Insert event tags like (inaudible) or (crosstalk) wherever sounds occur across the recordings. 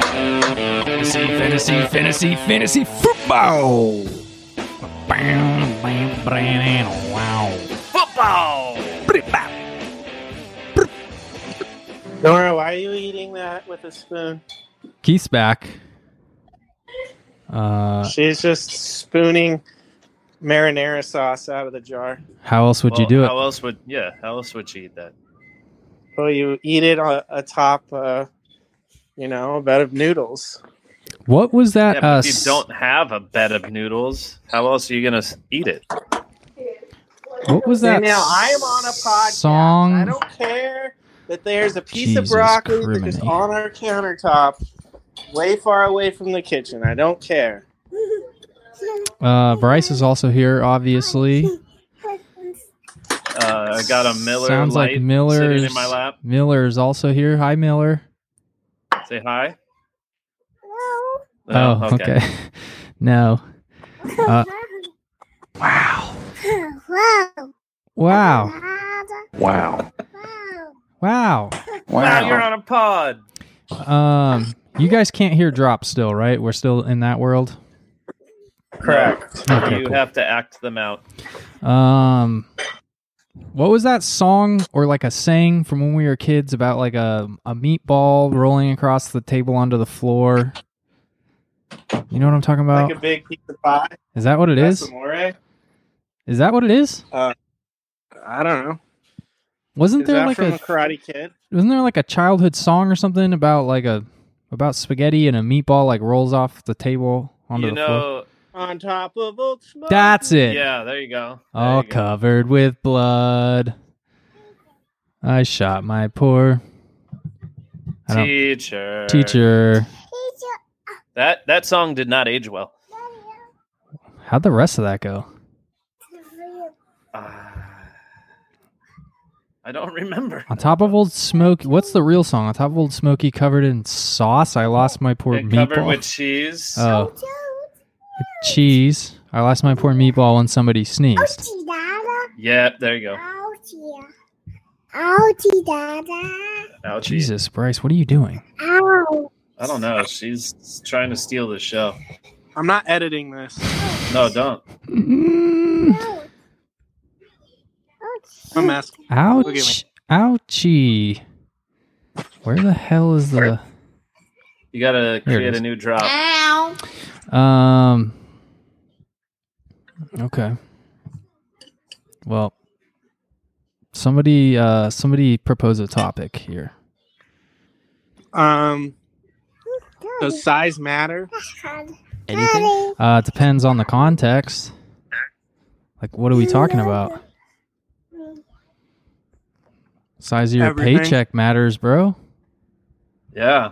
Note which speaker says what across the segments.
Speaker 1: Fantasy, fantasy, fantasy, fantasy football. Bam, bam, bam, wow. Football. Pretty
Speaker 2: Nora, why are you eating that with a spoon?
Speaker 1: Keith's back. Uh,
Speaker 2: She's just spooning marinara sauce out of the jar.
Speaker 1: how else would you
Speaker 3: Well,
Speaker 1: do it? Uh,
Speaker 3: How else would yeah? How else would she eat that?
Speaker 2: Well, you eat it on- atop, uh, you know, a bed of noodles.
Speaker 1: What was that?
Speaker 3: Yeah,
Speaker 1: uh,
Speaker 3: but if you
Speaker 1: s-
Speaker 3: don't have a bed of noodles, how else are you gonna s- eat it?
Speaker 1: What was that?
Speaker 2: And now I am on a podcast.
Speaker 1: Song.
Speaker 2: I don't care that there's a piece
Speaker 1: Jesus
Speaker 2: of broccoli that's just
Speaker 1: criminy.
Speaker 2: on our countertop, way far away from the kitchen. I don't care.
Speaker 1: Uh, Bryce is also here, obviously.
Speaker 3: Uh, I got a Miller
Speaker 1: Sounds
Speaker 3: light
Speaker 1: like Miller
Speaker 3: sitting in my lap.
Speaker 1: Miller is also here. Hi, Miller.
Speaker 3: Say hi.
Speaker 1: Oh, okay. (laughs) no. Uh, wow. Wow.
Speaker 4: Wow.
Speaker 1: Wow.
Speaker 3: Wow, you're on a pod.
Speaker 1: Um, you guys can't hear drop still, right? We're still in that world.
Speaker 2: Correct.
Speaker 1: Okay,
Speaker 3: you
Speaker 1: cool.
Speaker 3: have to act them out.
Speaker 1: Um, what was that song or like a saying from when we were kids about like a a meatball rolling across the table onto the floor? You know what I'm talking about?
Speaker 2: Like a big piece of pie.
Speaker 1: is that what it is?
Speaker 2: Amore.
Speaker 1: Is that what it is?
Speaker 2: I don't know.
Speaker 1: Wasn't
Speaker 2: Is
Speaker 1: there
Speaker 2: that
Speaker 1: like
Speaker 2: from
Speaker 1: a
Speaker 2: a Karate Kid?
Speaker 1: wasn't there like a childhood song or something about like a about spaghetti and a meatball like rolls off the table onto
Speaker 3: you
Speaker 1: the floor?
Speaker 3: know,
Speaker 2: On top of old smoke.
Speaker 1: That's it.
Speaker 3: yeah. There you go. There
Speaker 1: All
Speaker 3: you go.
Speaker 1: covered with blood. I shot my poor I don't-
Speaker 3: Teacher.
Speaker 1: teacher.
Speaker 3: That that song did not age well.
Speaker 1: How'd the rest of that go?
Speaker 3: Ah. I don't remember.
Speaker 1: On top of old smoke, what's the real song? On top of old smoky, covered in sauce. I lost my poor
Speaker 3: It covered
Speaker 1: meatball.
Speaker 3: with cheese.
Speaker 1: oh, cheese. I lost my poor meatball when somebody sneezed.
Speaker 3: Yep. There you go. Ouchie.
Speaker 1: Jesus, Bryce, what are you doing?
Speaker 3: I don't know. She's trying to steal the show.
Speaker 2: I'm not editing this.
Speaker 3: No, don't.
Speaker 2: I'm asking. Look at
Speaker 1: Ouch!
Speaker 2: me.
Speaker 1: Ouchie! Where the hell is the
Speaker 3: You gotta
Speaker 1: There it
Speaker 3: create
Speaker 1: is.
Speaker 3: a new drop.
Speaker 5: Ow.
Speaker 1: um? Okay. Well, somebody, uh, somebody propose a topic here.
Speaker 2: Um, does size matter?
Speaker 4: Anything?
Speaker 1: Uh, depends on the context. Like, what are we talking about? Size of your
Speaker 2: Everything.
Speaker 1: paycheck matters, bro.
Speaker 3: Yeah.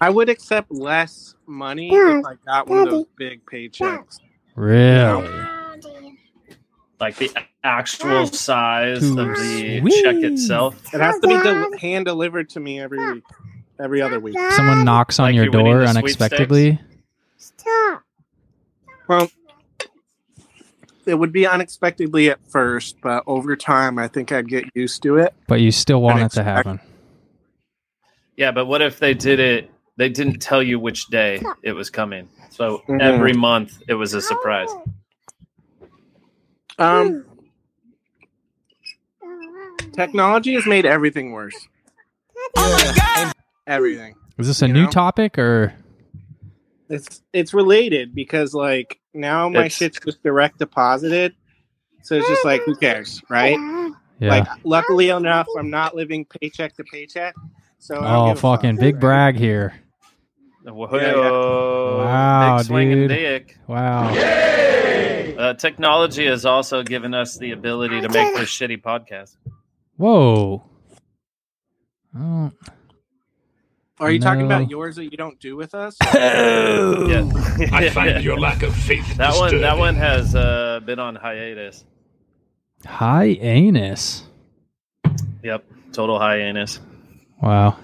Speaker 2: I would accept less money if I got one of those big paychecks.
Speaker 1: Really?
Speaker 3: Like the actual size of the
Speaker 1: Sweet.
Speaker 3: check itself.
Speaker 2: It has to be del- hand delivered to me every week, every other week.
Speaker 1: Someone knocks on
Speaker 3: Like
Speaker 1: your
Speaker 3: you're winning
Speaker 1: door
Speaker 3: the
Speaker 1: unexpectedly.
Speaker 2: Well, it would be unexpectedly at first, but over time, I think I'd get used to it.
Speaker 1: But you still want it to
Speaker 2: expect-
Speaker 1: happen.
Speaker 3: Yeah, but what if they did it? They didn't tell you which day it was coming. So
Speaker 4: Mm-hmm.
Speaker 2: Mhm.
Speaker 3: every month it was a surprise.
Speaker 2: Um, technology has made everything worse. Everything.
Speaker 1: Is this a
Speaker 2: You
Speaker 1: new
Speaker 2: know?
Speaker 1: topic or
Speaker 2: It's it's related because like now my
Speaker 3: It's-
Speaker 2: shit's just direct deposited, so it's just like who cares, right?
Speaker 1: yeah?
Speaker 2: Like luckily enough, I'm not living paycheck to paycheck, so I don't
Speaker 1: oh,
Speaker 2: give a fuck.
Speaker 1: fucking big brag here!
Speaker 3: Whoa.
Speaker 2: Yeah, yeah.
Speaker 1: Wow,
Speaker 3: Big swinging
Speaker 1: dude.
Speaker 3: dick.
Speaker 1: Wow.
Speaker 3: Uh, technology has also given us the ability to make this shitty podcast.
Speaker 1: Whoa. Oh.
Speaker 2: Are you talking
Speaker 1: No.
Speaker 2: about yours that you don't do with us? (laughs)
Speaker 3: Yeah. (laughs)
Speaker 4: (laughs) I find your lack of faith
Speaker 3: that one that
Speaker 4: disturbing.
Speaker 3: one has uh, been on hiatus.
Speaker 1: High anus.
Speaker 3: Yep. Total hiatus.
Speaker 1: Wow.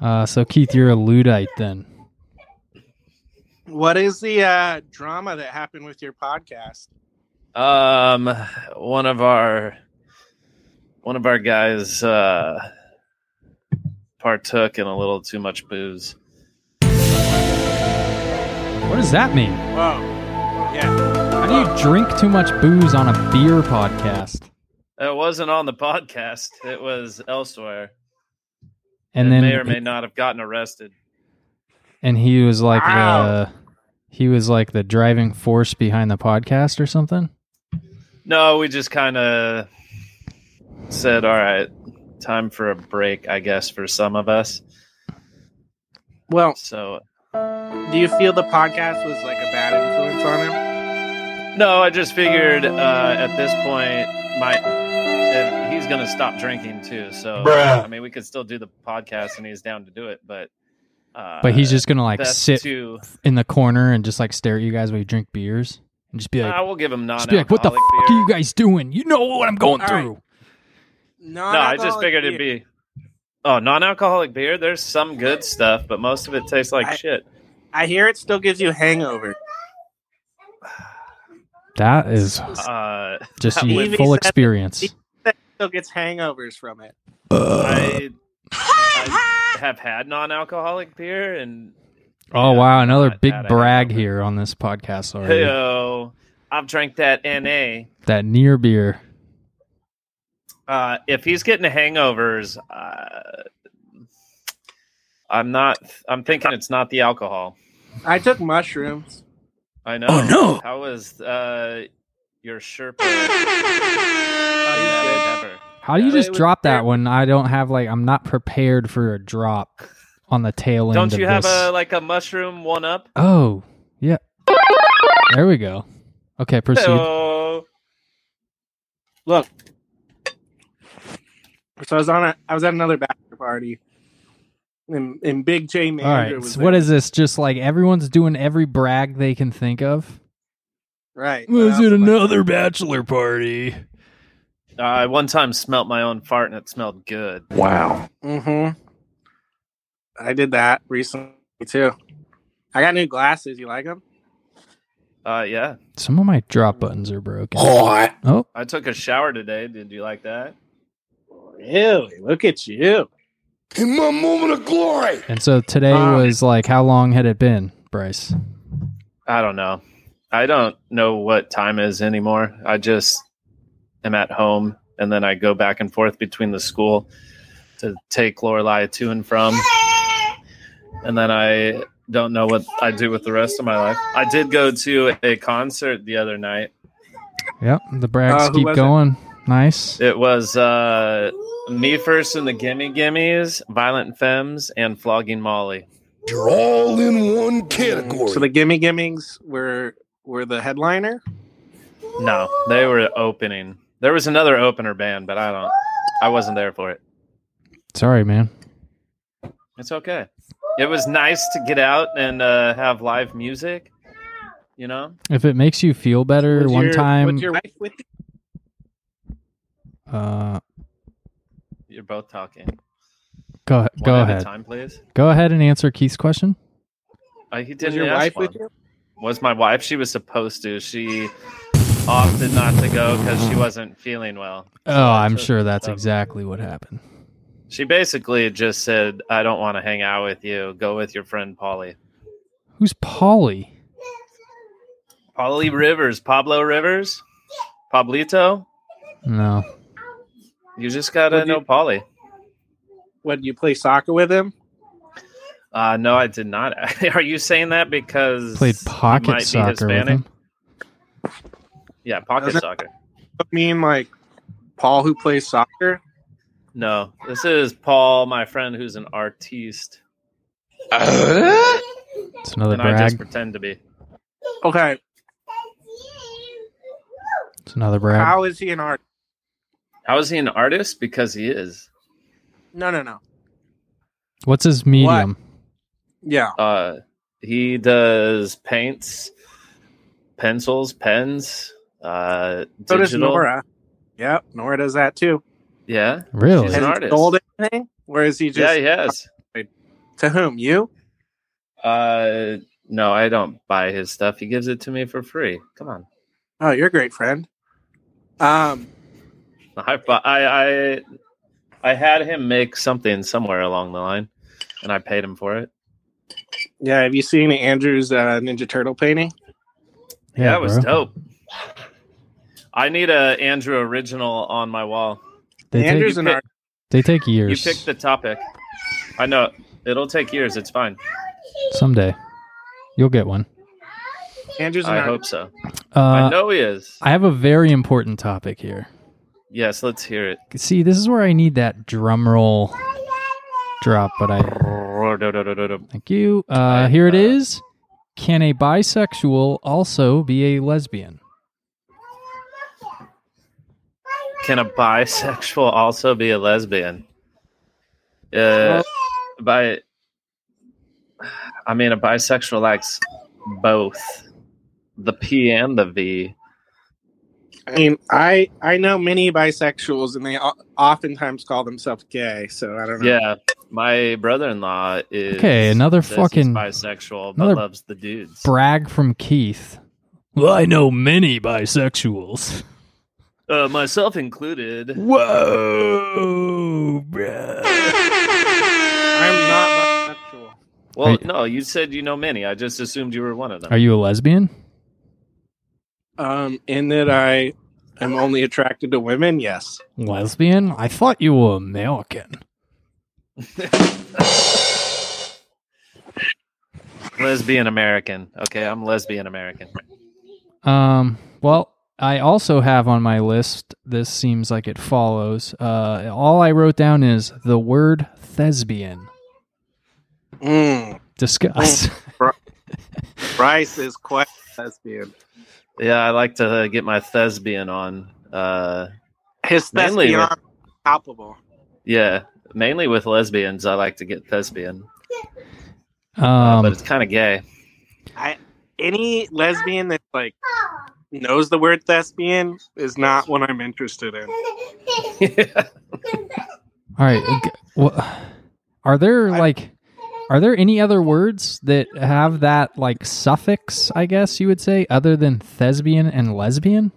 Speaker 1: Uh, so Keith, you're a Luddite then.
Speaker 2: What is the uh, drama that happened with your podcast?
Speaker 3: Um, one of our one of our guys uh, partook in a little too much booze.
Speaker 1: What does that mean?
Speaker 2: Whoa. Yeah.
Speaker 1: How do you drink too much booze on a beer podcast?
Speaker 3: It wasn't on the podcast. It was elsewhere.
Speaker 1: And
Speaker 3: it
Speaker 1: then
Speaker 3: may or may not have gotten arrested.
Speaker 1: and he was like
Speaker 2: Wow.
Speaker 1: the he was like the driving force behind the podcast or something.
Speaker 3: No, we just kind of said, "All right, time for a break," I guess, for some of us.
Speaker 2: Well,
Speaker 3: So,
Speaker 2: do you feel the podcast was like a bad influence on him?
Speaker 3: no, I just figured uh, at this point, my if he's going to stop drinking too. So,
Speaker 4: Bruh.
Speaker 3: I mean, we could still do the podcast, and he's down to do it, but uh,
Speaker 1: But he's just gonna like
Speaker 3: best
Speaker 1: sit
Speaker 3: to-
Speaker 1: in the corner and just like stare at you guys while you drink beers and just be like,
Speaker 3: Nah, we'll give him non.
Speaker 1: just be like, what the fuck are you guys doing? You know what I'm going
Speaker 2: All right.
Speaker 1: through.
Speaker 2: No,
Speaker 3: No, I just figured it'd be. Oh, non-alcoholic beer. There's some good stuff, but most of it tastes like
Speaker 2: I-
Speaker 3: shit.
Speaker 2: I hear it still gives you hangover.
Speaker 1: That is
Speaker 3: Uh,
Speaker 1: just
Speaker 3: that
Speaker 1: your
Speaker 2: would-
Speaker 1: full experience.
Speaker 2: Still gets hangovers from it.
Speaker 3: I, I have had non-alcoholic beer, and
Speaker 1: Oh wow, another
Speaker 3: not
Speaker 1: big
Speaker 3: that I
Speaker 1: brag
Speaker 3: remember.
Speaker 1: here on this podcast already.
Speaker 3: heyo, I've drank that NA.
Speaker 1: That near beer.
Speaker 3: Uh, if he's getting hangovers, uh, I'm not. I'm thinking it's not the alcohol.
Speaker 2: I took mushrooms.
Speaker 3: I know.
Speaker 1: Oh, no.
Speaker 3: How was uh, your Sherpa? Yeah, never.
Speaker 1: How do you
Speaker 2: Yeah,
Speaker 1: just
Speaker 2: it was
Speaker 1: drop that
Speaker 2: very-
Speaker 1: when I don't have like I'm not prepared for a drop on the tail end?
Speaker 3: Don't
Speaker 1: of
Speaker 3: you have
Speaker 1: this.
Speaker 3: a like a mushroom one up?
Speaker 1: Oh, yeah. There we go. Okay, proceed.
Speaker 3: Heyo.
Speaker 2: Look. So I was on a I was at another bachelor party. And, and Big J
Speaker 1: All right.
Speaker 2: Manager was
Speaker 1: So what is this? Just like everyone's doing every brag they can think of.
Speaker 2: there. right.
Speaker 1: Was it
Speaker 2: Well,
Speaker 1: another bachelor party?
Speaker 3: I one time smelt my own fart and it smelled good.
Speaker 4: Wow.
Speaker 2: Mm-hmm. I did that recently too. I got new glasses. You like them?
Speaker 3: Uh, yeah.
Speaker 1: Some of my drop buttons are broken.
Speaker 4: What?
Speaker 1: Oh,
Speaker 3: I took a shower today. Did you like that?
Speaker 2: Really? Look at you.
Speaker 4: In my moment of glory.
Speaker 1: and so today
Speaker 2: Ah.
Speaker 1: was like how long had it been, Bryce?
Speaker 3: I don't know. I don't know what time is anymore. I just am at home and then I go back and forth between the school to take Lorelai to and from. And then I don't know what I do with the rest of my life. I did go to a concert the other night.
Speaker 1: Yep, the brags
Speaker 2: Uh, who
Speaker 1: keep
Speaker 2: was it?
Speaker 1: going. Nice.
Speaker 3: It was uh, me first and the Gimme Gimmies, Violent Femmes, and Flogging Molly.
Speaker 4: You're all in one category.
Speaker 2: So the gimme gimmings were were the headliner.
Speaker 3: No, they were opening. There was another opener band, but I don't. I wasn't there for it.
Speaker 1: Sorry, man.
Speaker 3: It's okay. It was nice to get out and uh, have live music. You know,
Speaker 1: If it makes you feel better,
Speaker 2: Was
Speaker 1: one
Speaker 2: your-
Speaker 1: time.
Speaker 2: was your wife with you?
Speaker 1: uh,
Speaker 3: you're both talking.
Speaker 1: go
Speaker 3: One
Speaker 1: go
Speaker 3: at a
Speaker 1: ahead.
Speaker 3: time, please.
Speaker 1: Go ahead and answer Keith's question.
Speaker 3: Uh, he didn't
Speaker 2: Was your
Speaker 3: ask
Speaker 2: wife
Speaker 3: one.
Speaker 2: with you?
Speaker 3: Was my wife? She was supposed to. She opted not to go because she wasn't feeling well.
Speaker 1: Oh,
Speaker 3: I
Speaker 1: I'm
Speaker 3: took-
Speaker 1: sure that's
Speaker 3: uh,
Speaker 1: exactly what happened.
Speaker 3: She basically just said, "I don't want to hang out with you. Go with your friend Polly."
Speaker 1: Who's Polly?
Speaker 3: Polly Rivers, Pablo Rivers, Pablito.
Speaker 1: No.
Speaker 3: You just gotta
Speaker 2: Would you-
Speaker 3: know Polly.
Speaker 2: What you play soccer with him?
Speaker 3: Uh, no, I did not. (laughs) Are you saying that because
Speaker 1: Played
Speaker 3: you
Speaker 1: pocket
Speaker 3: might be
Speaker 1: soccer with
Speaker 3: Hispanic?
Speaker 1: him.
Speaker 3: Yeah, pocket
Speaker 2: Doesn't-
Speaker 3: soccer.
Speaker 2: I mean, like Paul who plays soccer.
Speaker 3: No, this is Paul, my friend, who's an artiste,
Speaker 1: It's another
Speaker 3: and I just
Speaker 1: brag.
Speaker 3: pretend to be.
Speaker 2: Okay,
Speaker 1: It's another brag.
Speaker 2: how is he an art?
Speaker 3: How is he an artist? Because he is.
Speaker 2: No, no, no.
Speaker 1: What's his medium?
Speaker 2: Yeah,
Speaker 3: Uh, he does paints, pencils, pens, uh,
Speaker 2: so does
Speaker 3: digital.
Speaker 2: Nora. Yep, Nora does that too.
Speaker 3: Yeah,
Speaker 1: Really?
Speaker 3: She's
Speaker 2: Has
Speaker 3: an
Speaker 2: he
Speaker 3: artist.
Speaker 2: sold anything? Or is he
Speaker 3: yeah,
Speaker 2: just
Speaker 3: he has.
Speaker 2: to whom you?
Speaker 3: Uh, No, I don't buy his stuff. He gives it to me for free. Come on.
Speaker 2: Oh, you're a great friend. Um,
Speaker 3: I bu- I I, I had him make something somewhere along the line, and I paid him for it.
Speaker 2: yeah, have you seen Andrew's uh, Ninja Turtle painting?
Speaker 3: Yeah, that was
Speaker 1: bro.
Speaker 3: dope. I need a Andrew original on my wall.
Speaker 1: They take,
Speaker 2: Andrew's
Speaker 3: you
Speaker 2: an
Speaker 3: pick-
Speaker 2: art.
Speaker 1: they take years.
Speaker 3: You picked the topic. I know it'll take years. It's fine.
Speaker 1: Someday, you'll get one.
Speaker 2: Andrew's an
Speaker 3: I
Speaker 2: art.
Speaker 3: hope so.
Speaker 1: Uh,
Speaker 3: I know he is.
Speaker 1: I have a very important topic here.
Speaker 3: Yes, let's hear it.
Speaker 1: See, this is where I need that drum roll drop, but I thank you. Uh,
Speaker 3: I-
Speaker 1: here it
Speaker 3: uh,
Speaker 1: is. Can a bisexual also be a lesbian?
Speaker 3: Can a bisexual also be a lesbian? Uh, by, I mean, a bisexual likes both the P and the V.
Speaker 2: I mean, I I know many bisexuals, and they o- oftentimes call themselves gay. So I don't know.
Speaker 3: Yeah, my brother-in-law is
Speaker 1: Okay, another
Speaker 3: says he's
Speaker 1: fucking-
Speaker 3: bisexual, but
Speaker 1: another
Speaker 3: loves the dudes.
Speaker 1: Brag from Keith. Well, I know many bisexuals.
Speaker 3: uh, myself included.
Speaker 1: Whoa, bruh.
Speaker 2: I'm not bisexual.
Speaker 3: Well,
Speaker 1: Are you-
Speaker 3: no, you said you know many. I just assumed you were one of them.
Speaker 1: Are you a lesbian?
Speaker 2: Um, in that I am only attracted to women. Yes.
Speaker 1: Lesbian? I thought you were American.
Speaker 3: lesbian American? Okay, I'm lesbian American.
Speaker 1: Um, well, I also have on my list, this seems like it follows. Uh, all I wrote down is the word thespian.
Speaker 2: Mm.
Speaker 1: Discuss.
Speaker 2: Bryce is quite lesbian.
Speaker 3: Yeah, I like to uh, get my thespian on. Uh,
Speaker 2: His
Speaker 3: Mainly
Speaker 2: thespian palpable.
Speaker 3: yeah, mainly with lesbians. I like to get thespian, uh,
Speaker 1: (laughs)
Speaker 3: but
Speaker 1: Um,
Speaker 3: it's kind of gay. (laughs)
Speaker 2: Any lesbian that like knows the word thespian is not what I'm interested in.
Speaker 1: all right. g- wha- are there
Speaker 2: I-
Speaker 1: like, are there any other words that have that like suffix? I guess you would say other than thespian and lesbian.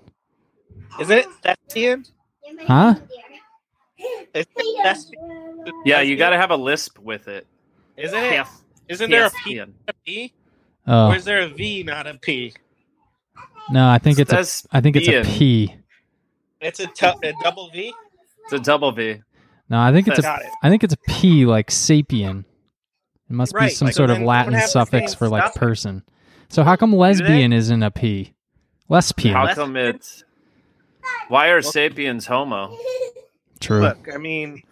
Speaker 2: Is it thespian?
Speaker 1: Huh?
Speaker 2: Is it thespian?
Speaker 3: yeah, you got to have a lisp with it.
Speaker 2: Isn't it?
Speaker 3: Yeah,
Speaker 2: Isn't there a P?
Speaker 3: thespian.
Speaker 2: a P? Or
Speaker 1: Oh
Speaker 2: is there a V, not a P?
Speaker 1: no, I think it's a,
Speaker 3: Thes-
Speaker 1: I think it's a
Speaker 3: thespian.
Speaker 1: p.
Speaker 2: It's a, tu- a double V.
Speaker 3: it's a double V.
Speaker 1: No, I think it's a
Speaker 2: Got it.
Speaker 1: I think it's a p like sapien. It must be
Speaker 2: Right,
Speaker 1: some
Speaker 2: so
Speaker 1: sort of
Speaker 2: then we don't
Speaker 1: Latin
Speaker 2: have the
Speaker 1: suffix
Speaker 2: same
Speaker 1: for like
Speaker 2: suffix.
Speaker 1: person. So how come lesbian isn't a p? Lesbian.
Speaker 3: How
Speaker 2: Lesbian?
Speaker 3: come it's? Why are sapiens homo?
Speaker 2: (laughs)
Speaker 1: True.
Speaker 2: Look, I mean,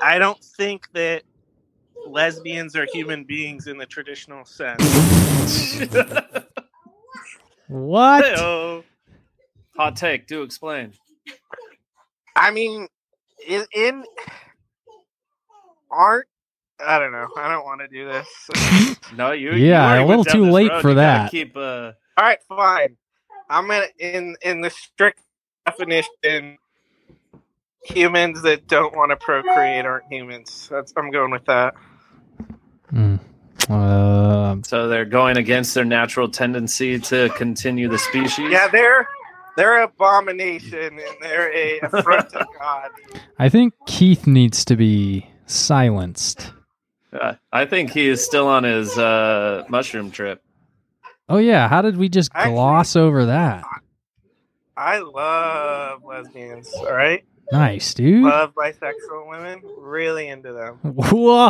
Speaker 2: I don't think that lesbians are human beings in the traditional sense.
Speaker 1: What?
Speaker 3: Heyo. Hot take. Do explain.
Speaker 2: I mean, in, in art, I don't know. I don't want to do this. (laughs)
Speaker 3: No, you.
Speaker 1: Yeah,
Speaker 3: you already
Speaker 1: a
Speaker 3: went
Speaker 1: little
Speaker 3: down
Speaker 1: too
Speaker 3: this
Speaker 1: late
Speaker 3: road.
Speaker 1: for
Speaker 3: You gotta
Speaker 1: that.
Speaker 3: Keep. Uh,
Speaker 2: All right, fine. I'm gonna in in the strict definition. Humans that don't want to procreate aren't humans. That's I'm going with that.
Speaker 1: Hmm. Uh,
Speaker 3: so they're going against their natural tendency to continue the species.
Speaker 2: Yeah, they're they're abomination and they're a affront to God.
Speaker 1: I think Keith needs to be silenced.
Speaker 3: Uh, I think he is still on his uh, mushroom trip.
Speaker 1: Oh yeah, how did we just
Speaker 2: Actually-
Speaker 1: gloss over that?
Speaker 2: I love lesbians. All right,
Speaker 1: Nice, dude.
Speaker 2: love bisexual women. Really into them. (laughs)
Speaker 1: Whoa.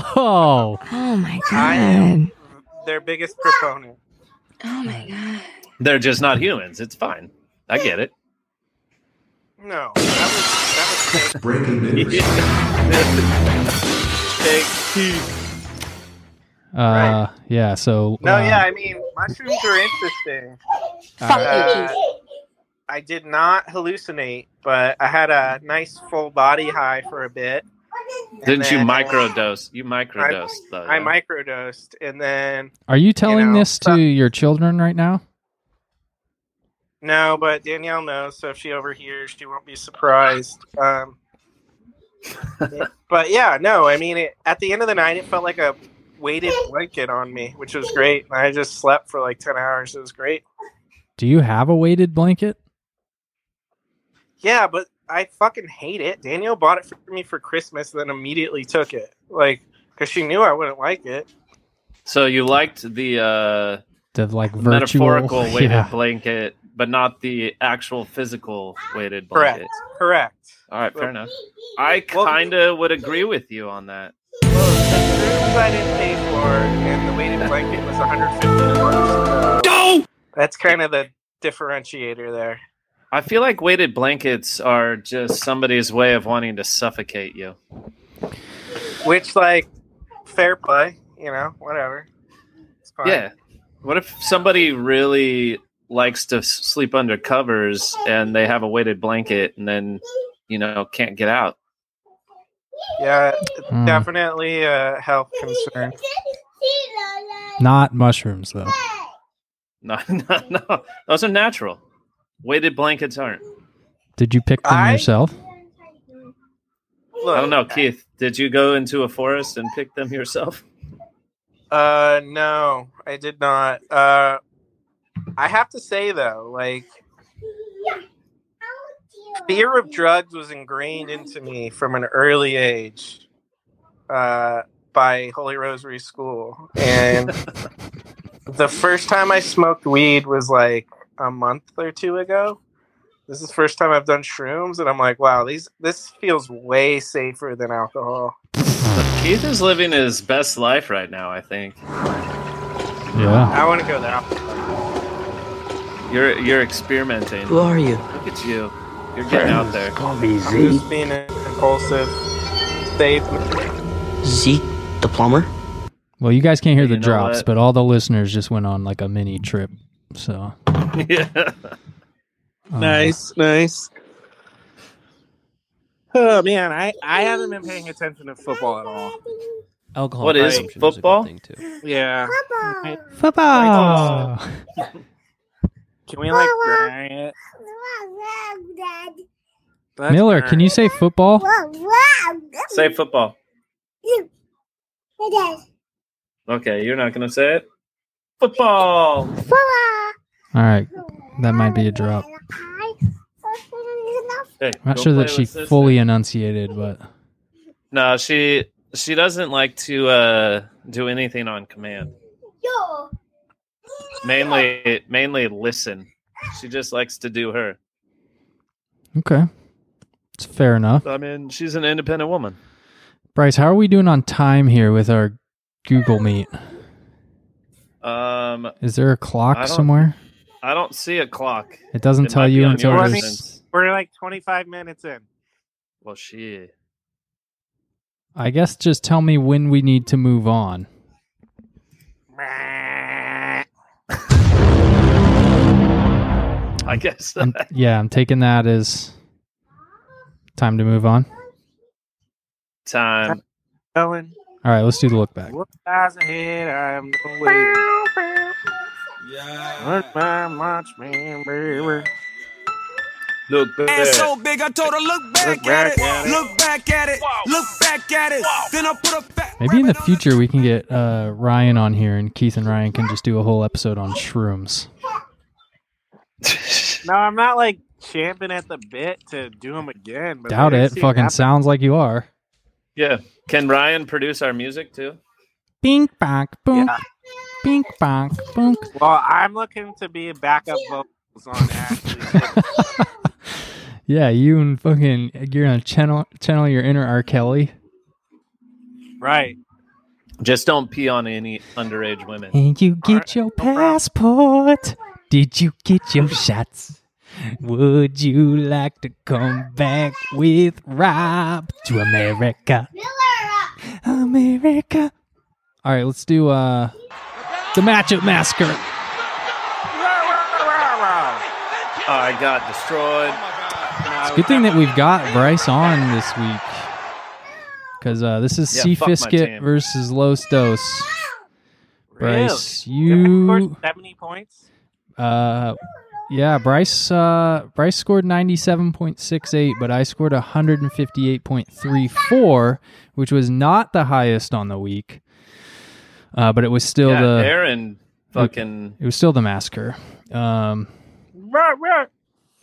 Speaker 5: Oh my
Speaker 2: I am
Speaker 5: god.
Speaker 2: their biggest proponent.
Speaker 5: Oh my god.
Speaker 3: They're just not humans. It's fine. I
Speaker 2: (laughs)
Speaker 3: get it.
Speaker 2: No, that was that was fake.
Speaker 1: Uh yeah, so
Speaker 2: no.
Speaker 1: uh,
Speaker 2: Yeah, I mean mushrooms are interesting.
Speaker 1: Oh,
Speaker 5: Fuck you,
Speaker 2: I did not hallucinate, but I had a nice full body high for a bit. And
Speaker 3: (laughs) Didn't you
Speaker 2: then
Speaker 3: microdose? You microdosed though.
Speaker 2: I
Speaker 3: yeah?
Speaker 2: microdosed, and then
Speaker 1: Are you telling
Speaker 2: know,
Speaker 1: this to
Speaker 2: so-
Speaker 1: your children right now?
Speaker 2: no, but Danielle knows, so if she overhears, she won't be surprised. Um, but yeah, no, I mean, it, at the end of the night, it felt like a weighted blanket on me, which was great. And I just slept for like 10 hours. It was great.
Speaker 1: Do you have a weighted blanket?
Speaker 2: Yeah, but I fucking hate it. Danielle bought it for me for Christmas and then immediately took it. Like, because she knew I wouldn't like it.
Speaker 3: So you liked the uh,
Speaker 1: The like virtual,
Speaker 3: metaphorical
Speaker 1: (laughs)
Speaker 3: weighted
Speaker 1: yeah.
Speaker 3: blanket, but not the actual physical weighted
Speaker 2: Correct.
Speaker 3: blanket.
Speaker 2: Correct.
Speaker 3: All right, fair
Speaker 2: Well-
Speaker 3: enough. I
Speaker 2: Well-
Speaker 3: kind of would agree with you on that.
Speaker 2: The rooms I didn't pay for and the weighted blanket was 150 bucks.
Speaker 4: No!
Speaker 2: That's kind of the differentiator there.
Speaker 3: I feel like weighted blankets are just somebody's way of wanting to suffocate you.
Speaker 2: Which, like, fair play, you know, whatever. It's fine.
Speaker 3: Yeah. What if somebody really likes to s- sleep under covers and they have a weighted blanket and then, you know, can't get out? (laughs)
Speaker 2: Yeah,
Speaker 1: Hmm.
Speaker 2: definitely a health concern.
Speaker 1: Not mushrooms though.
Speaker 3: No, no, no. Those are natural. Weighted blankets aren't.
Speaker 1: Did you pick them
Speaker 2: I-
Speaker 1: yourself?
Speaker 2: Look,
Speaker 3: I don't know, Keith. Did you go into a forest and pick them yourself?
Speaker 2: Uh, no, I did not. Uh, I have to say though, like fear of drugs was ingrained into me from an early age, uh, by Holy Rosary School, and the first time I smoked weed was like a month or two ago. This is the first time I've done shrooms, and I'm like, wow, these this feels way safer than alcohol.
Speaker 3: Keith is living his best life right now, I think.
Speaker 1: Yeah.
Speaker 2: I want to go there.
Speaker 3: You're you're experimenting.
Speaker 6: Who are you?
Speaker 3: Look at you. You're getting out there.
Speaker 6: Call me
Speaker 2: I'm just being impulsive. Save me.
Speaker 6: Zeke the plumber.
Speaker 1: Well, you guys can't hear the
Speaker 3: You know
Speaker 1: drops,
Speaker 3: what?
Speaker 1: but all the listeners just went on like a mini trip. So
Speaker 3: (laughs) yeah.
Speaker 1: um,
Speaker 2: Nice, nice. Oh man, I I haven't been paying attention to football at all.
Speaker 7: Alcohol.
Speaker 3: What is
Speaker 7: consumption a good
Speaker 3: football?
Speaker 7: thing, too.
Speaker 2: Yeah,
Speaker 1: Football.
Speaker 2: oh, can we like riot? That's
Speaker 1: Miller, can you
Speaker 2: alright.
Speaker 1: say football?
Speaker 3: Say football. Okay, you're not gonna say it. Football.
Speaker 1: All right. That might be a drop.
Speaker 3: Hey,
Speaker 1: I'm not
Speaker 3: go
Speaker 1: sure
Speaker 3: play
Speaker 1: that she
Speaker 3: with sister.
Speaker 1: fully enunciated, but
Speaker 3: No, she she doesn't like to uh, do anything on command. (laughs)
Speaker 1: (laughs)
Speaker 3: Mainly mainly listen. She just likes to do her.
Speaker 1: okay. It's fair enough.
Speaker 3: I mean, she's an independent woman.
Speaker 1: Bryce, how are we doing on time here with our Google Meet?
Speaker 3: Um,
Speaker 1: Is there a
Speaker 3: I
Speaker 1: clock
Speaker 3: don't-
Speaker 1: somewhere?
Speaker 3: I don't see a clock.
Speaker 1: It doesn't
Speaker 3: It might
Speaker 1: tell
Speaker 3: be
Speaker 1: you
Speaker 3: on
Speaker 1: until
Speaker 2: yours.
Speaker 1: there's.
Speaker 2: We're like 25 minutes in.
Speaker 3: Well, she.
Speaker 1: I guess just tell me when we need to move on.
Speaker 3: I guess. (laughs)
Speaker 1: I'm, yeah, I'm taking that as time to move on.
Speaker 3: time.
Speaker 2: Ellen,
Speaker 1: All right, let's do the look back.
Speaker 2: what lies ahead? I am no waiter. Learn my march, man, baby.
Speaker 3: Look
Speaker 8: And
Speaker 3: there.
Speaker 8: so big, I told her, look back,
Speaker 2: Look back
Speaker 8: at, it.
Speaker 2: at it.
Speaker 8: Look back at it. Look back at it. Then I put a fat
Speaker 1: Maybe in the
Speaker 8: rabbit on
Speaker 1: future we can get uh, Ryan on here, and Keith and Ryan can just do a whole episode on shrooms.
Speaker 2: No, I'm not like champing at the bit to do them again. But
Speaker 1: Doubt
Speaker 2: maybe
Speaker 1: it.
Speaker 2: see
Speaker 1: Fucking
Speaker 2: happens.
Speaker 1: sounds like you are.
Speaker 3: yeah. Can Ryan produce our music too?
Speaker 1: Bink bonk boom.
Speaker 2: Yeah.
Speaker 1: Bink bonk boom.
Speaker 2: Well, I'm looking to be backup vocals on Ashley's.
Speaker 8: (laughs)
Speaker 1: (laughs) yeah, you and fucking you're gonna channel channel your inner R. Kelly.
Speaker 2: right.
Speaker 3: Just don't pee on any underage women.
Speaker 1: And you get
Speaker 2: Alright,
Speaker 1: your
Speaker 2: problem.
Speaker 1: passport. Did you get your shots? Would you like to come back with Rob to America? America. All right, let's do uh the matchup massacre.
Speaker 3: I got destroyed.
Speaker 1: It's a good thing that we've got Bryce on this week because uh, this is
Speaker 3: Yeah,
Speaker 1: Sea
Speaker 3: fuck my
Speaker 1: Fisket
Speaker 3: team.
Speaker 1: versus Los Dos. Bryce,
Speaker 2: Really?
Speaker 1: you,
Speaker 2: Scored 70 points.
Speaker 1: uh, yeah, Bryce, uh, Bryce scored ninety seven point six eight, but I scored one hundred and fifty eight point three four, which was not the highest on the week. uh, but it was still
Speaker 3: yeah,
Speaker 1: the
Speaker 3: Aaron fucking
Speaker 1: it was still the massacre. Um,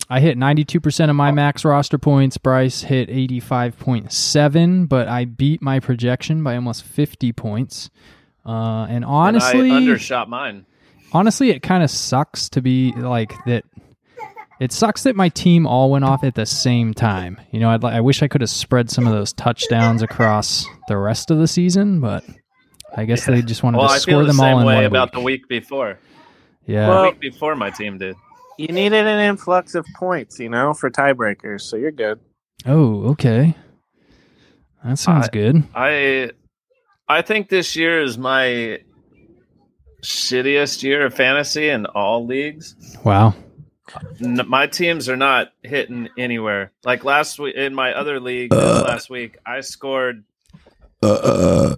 Speaker 1: I hit 92% of my max roster points. Bryce hit 85.7, but I beat my projection by almost 50 points. Uh, and
Speaker 3: and
Speaker 1: honestly,
Speaker 3: I undershot mine.
Speaker 1: honestly, it kind of sucks to be like that. It sucks that my team all went off at the same time. You know, I'd li- I wish I could have spread some of those touchdowns across the rest of the season, but I guess they just wanted
Speaker 3: Well,
Speaker 1: to
Speaker 3: I
Speaker 1: score
Speaker 3: feel the
Speaker 1: them all
Speaker 3: same
Speaker 1: in
Speaker 3: way
Speaker 1: one
Speaker 3: about
Speaker 1: week.
Speaker 3: the week before.
Speaker 1: Yeah,
Speaker 3: the
Speaker 2: Well-
Speaker 3: week before my team did.
Speaker 2: You needed an influx of points, you know, for tiebreakers, so you're good.
Speaker 1: Oh, okay. That sounds
Speaker 3: I-
Speaker 1: good.
Speaker 3: I I think this year is my shittiest year of fantasy in all leagues.
Speaker 1: Wow.
Speaker 3: N- my teams are not hitting anywhere. Like last week in my other league
Speaker 4: Uh.
Speaker 3: last week, I scored
Speaker 4: Uh,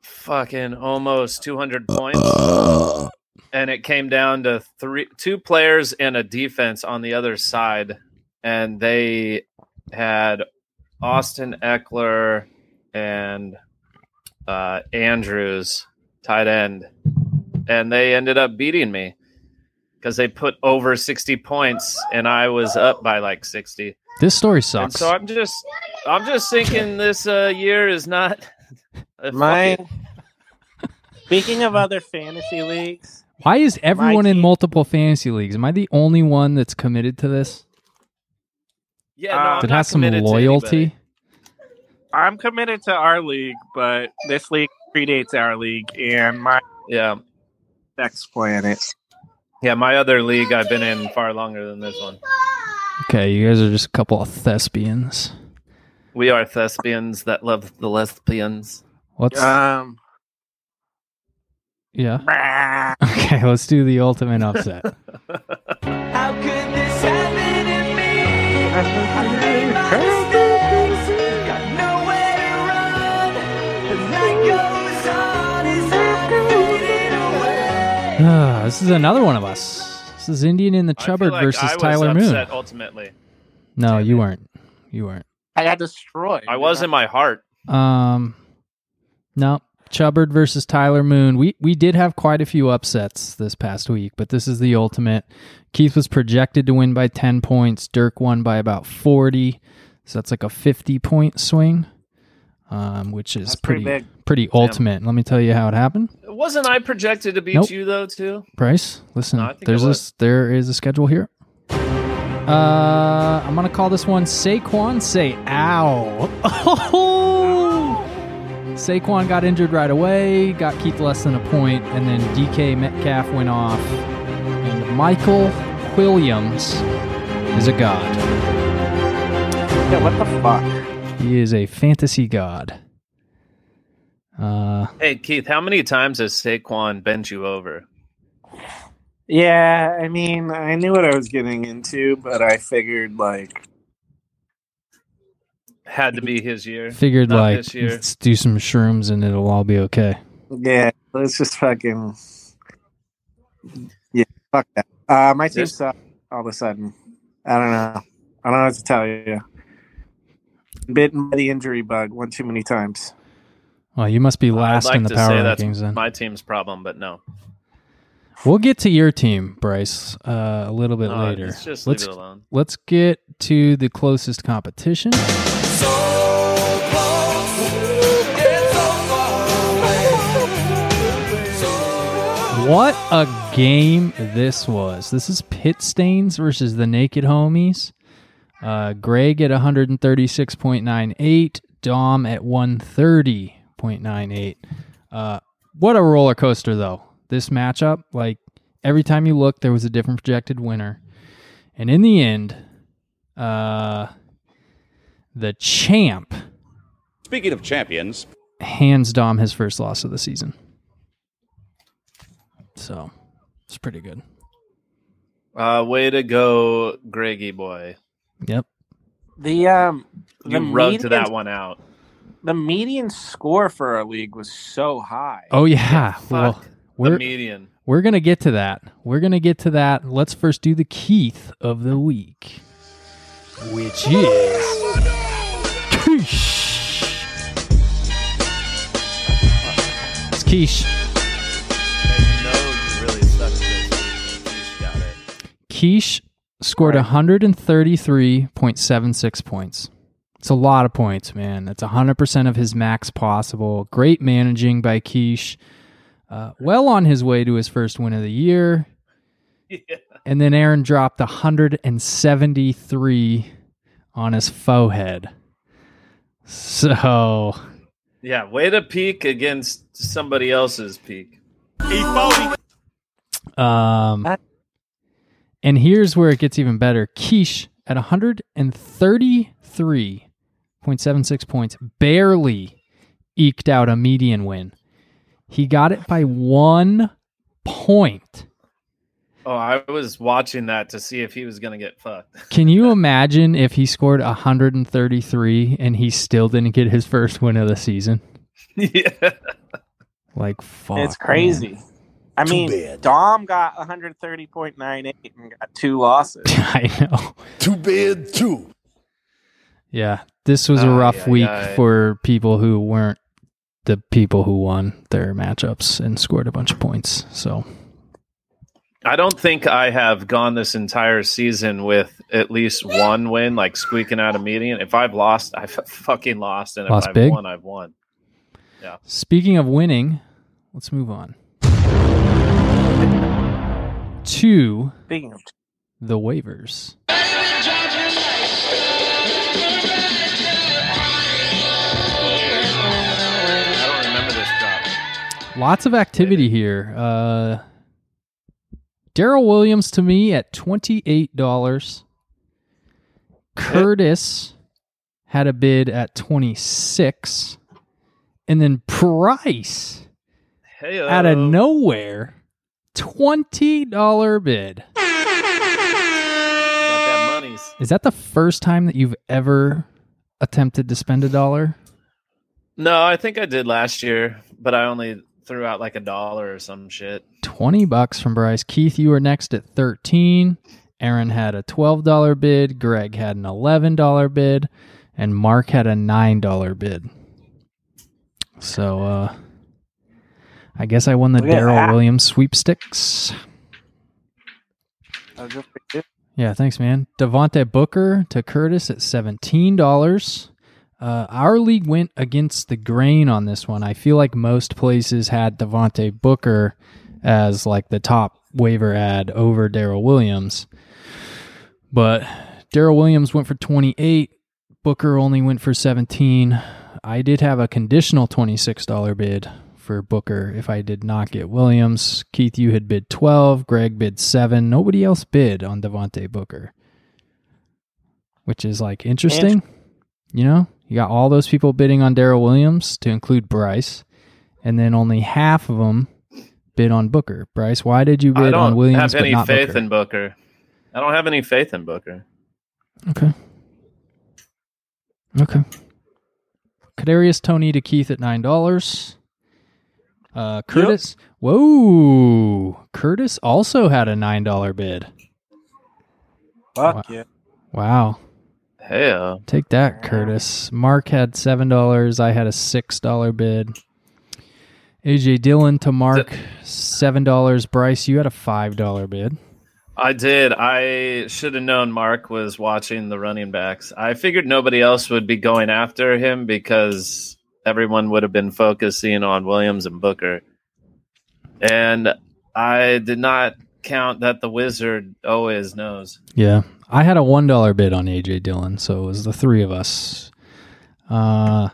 Speaker 3: fucking almost 200
Speaker 4: uh,
Speaker 3: points
Speaker 4: uh.
Speaker 3: and it came down to three two players and a defense on the other side and they had Austin Eckler and uh, Andrews tight end and they ended up beating me cuz they put over 60 points and I was up by like 60
Speaker 1: This story
Speaker 3: and
Speaker 1: sucks.
Speaker 3: so I'm just I'm just thinking this uh, year is not (laughs)
Speaker 2: My speaking of other fantasy leagues,
Speaker 1: Why is everyone in
Speaker 2: team-
Speaker 1: multiple fantasy leagues? Am I the only one that's committed to this?
Speaker 3: yeah,
Speaker 2: Uh,
Speaker 3: no, I'm
Speaker 1: That
Speaker 3: not
Speaker 1: has some
Speaker 3: committed to
Speaker 1: loyalty?
Speaker 3: anybody.
Speaker 2: I'm committed to our league, but this league predates our league and my
Speaker 3: yeah.
Speaker 2: next planet.
Speaker 3: Yeah, my other league I've been in far longer than this one.
Speaker 1: Okay, you guys are just a couple of thespians.
Speaker 3: We are thespians that love the lesbians.
Speaker 1: What's
Speaker 2: Um,
Speaker 1: yeah?
Speaker 3: (laughs)
Speaker 2: brah.
Speaker 1: Okay, let's do the ultimate upset. (sighs) Ah, this is another one of us. This is Indian in the
Speaker 3: I feel
Speaker 1: Chubbard
Speaker 3: like
Speaker 1: versus
Speaker 3: I was
Speaker 1: Tyler Moon.
Speaker 3: upset Ultimately,
Speaker 1: No, you weren't. You weren't.
Speaker 2: I got destroyed.
Speaker 3: I was in my heart.
Speaker 1: Um, no, Chubbard versus Tyler Moon. We we did have quite a few upsets this past week, but this is the ultimate. Keith was projected to win by ten points. Dirk won by about forty, so that's like a fifty-point swing, um, which is
Speaker 2: That's
Speaker 1: pretty
Speaker 2: pretty
Speaker 1: pretty,
Speaker 2: big.
Speaker 1: ultimate. Let me tell you how it happened,
Speaker 3: Wasn't I projected to beat
Speaker 1: Nope.
Speaker 3: you though too?
Speaker 1: Bryce. Listen,
Speaker 3: No, I think
Speaker 1: there's
Speaker 3: I was.
Speaker 1: this. There is a schedule here. Uh, I'm gonna call this one Saquon say ow. (laughs) Oh, Saquon got injured right away, got Keith less than a point, and then DK Metcalf went off, and Michael Williams is a god.
Speaker 2: Yeah, what the fuck?
Speaker 1: He is a fantasy god. Uh,
Speaker 3: Hey Keith, how many times has Saquon bent you over?
Speaker 2: Yeah, I mean, I knew what I was getting into, but I figured like
Speaker 3: Had to be his year.
Speaker 1: figured
Speaker 3: Not
Speaker 1: like
Speaker 3: this year.
Speaker 1: let's do some shrooms and it'll all be okay.
Speaker 2: Yeah, let's just fucking. Yeah, fuck that. Uh, my team
Speaker 3: There's-
Speaker 2: sucks all of a sudden. I don't know. I don't know what to tell you. Bitten by the injury bug one too many times.
Speaker 1: Well, Oh, you must be last
Speaker 3: I'd like
Speaker 1: in the
Speaker 3: to
Speaker 1: power
Speaker 3: say
Speaker 1: rankings
Speaker 3: that's
Speaker 1: then.
Speaker 3: my team's problem, but no.
Speaker 1: We'll get to your team, Bryce, uh, a little bit
Speaker 3: Uh,
Speaker 1: later.
Speaker 3: let's just
Speaker 1: let's
Speaker 3: leave it alone.
Speaker 1: let's get to the closest competition. What a game this was. This is Pit Stains versus the Naked Homies. Uh, Greg at 136.98, Dom at 130.98. Uh, what a roller coaster, though. This matchup, like every time you look, there was a different projected winner. And in the end, uh, the champ
Speaker 7: Speaking of champions,
Speaker 1: hands Dom his first loss of the season. So it's pretty good.
Speaker 3: Uh, way to go, Greggy boy.
Speaker 1: Yep.
Speaker 2: The um, the
Speaker 3: You rubbed
Speaker 2: median,
Speaker 3: that one out.
Speaker 2: The median score for our league was so high.
Speaker 1: Oh yeah.
Speaker 3: Fuck
Speaker 1: Well,
Speaker 3: the
Speaker 1: we're
Speaker 3: median.
Speaker 1: we're gonna get to that. We're gonna get to that. Let's first do the Keith of the week, which is Keith. It's Quiche.
Speaker 3: And you know you really sucked this week when you got it.
Speaker 1: Quiche scored 133.76 points. It's a lot of points, man. That's 100% of his max possible. Great managing by Quiche. Uh, well on his way to his first win of the year. And then Aaron dropped 173 on his forehead. So,
Speaker 3: Yeah, way to peak against somebody else's peak. Oh,
Speaker 1: um, and here's where it gets even better. Quiche at 133.76 points barely eked out a median win. He got it by one point.
Speaker 3: Oh, I was watching that to see if he was going to get fucked. (laughs)
Speaker 1: Can you imagine if he scored 133 and he still didn't get his first win of the season?
Speaker 3: yeah.
Speaker 1: Like fuck.
Speaker 2: it's crazy. I
Speaker 4: Too
Speaker 2: mean,
Speaker 4: bad.
Speaker 2: Dom got 130.98 and got two losses.
Speaker 1: (laughs) man. (laughs) I know.
Speaker 4: Too bad, too.
Speaker 1: Yeah. This was a
Speaker 3: Ay,
Speaker 1: rough
Speaker 3: ay,
Speaker 1: week
Speaker 3: ay.
Speaker 1: for people who weren't the people who won their matchups and scored a bunch of points. So
Speaker 3: I don't think I have gone this entire season with at least one win, like squeaking out a median. If I've lost, I've fucking lost. And if
Speaker 1: Lost
Speaker 3: I've
Speaker 1: big?
Speaker 3: won, I've won.
Speaker 1: Speaking of winning, let's move on to
Speaker 2: Speaking of,
Speaker 1: the waivers.
Speaker 3: I don't remember this drop.
Speaker 1: Lots of activity here. Uh, Daryl Williams to me at $28. Curtis had a bid at 26 And then Price
Speaker 3: Hey,
Speaker 1: out of
Speaker 2: Um,
Speaker 1: nowhere, $20 bid.
Speaker 3: Got that monies.
Speaker 1: Is that the first time that you've ever attempted to spend a dollar?
Speaker 3: No, I think I did last year, but I only threw out like a dollar or some shit.
Speaker 1: 20 bucks from Bryce. Keith, you were next at 13. Aaron had a $12 bid. Greg had an $11 bid. And Mark had a $9 bid. So, uh, I guess I won the
Speaker 2: Look at
Speaker 1: Daryl
Speaker 2: that.
Speaker 1: Williams sweepsticks.
Speaker 2: I was just thinking,
Speaker 1: Yeah, thanks, man. Devontae Booker to Curtis at seventeen dollars. Uh, our league went against the grain on this one. I feel like most places had Devontae Booker as like the top waiver ad over Daryl Williams, but Daryl Williams went for twenty eight. Booker only went for seventeen. I did have a conditional twenty six dollar bid for Booker if I did not get Williams. Keith, you had bid twelve. Greg bid seven. Nobody else bid on Devontae Booker, which is like interesting. You know, you got all those people bidding on Daryl Williams to include Bryce, and then only half of them bid on Booker. Bryce, why did you
Speaker 3: I
Speaker 1: bid on
Speaker 3: don't
Speaker 1: Williams
Speaker 3: have any
Speaker 1: but not
Speaker 3: faith
Speaker 1: Booker?
Speaker 3: in Booker. I don't have any faith in Booker.
Speaker 1: Okay. Okay. Kadarius Tony to Keith at nine dollars. Uh, Curtis. Whoa, Curtis also had a nine dollar bid.
Speaker 2: Fuck
Speaker 1: Wow.
Speaker 2: yeah.
Speaker 1: Wow,
Speaker 3: Hell,
Speaker 1: take that, Curtis. Mark had seven dollars. I had a six dollar bid. AJ Dillon to Mark seven dollars. Bryce, you had a five dollar bid.
Speaker 3: I did. I should have known Mark was watching the running backs. I figured nobody else would be going after him because everyone would have been focusing on Williams and Booker. And I did not count that the wizard always knows.
Speaker 1: Yeah. I had a one dollar bid on AJ Dillon, so it was the three of us. Uh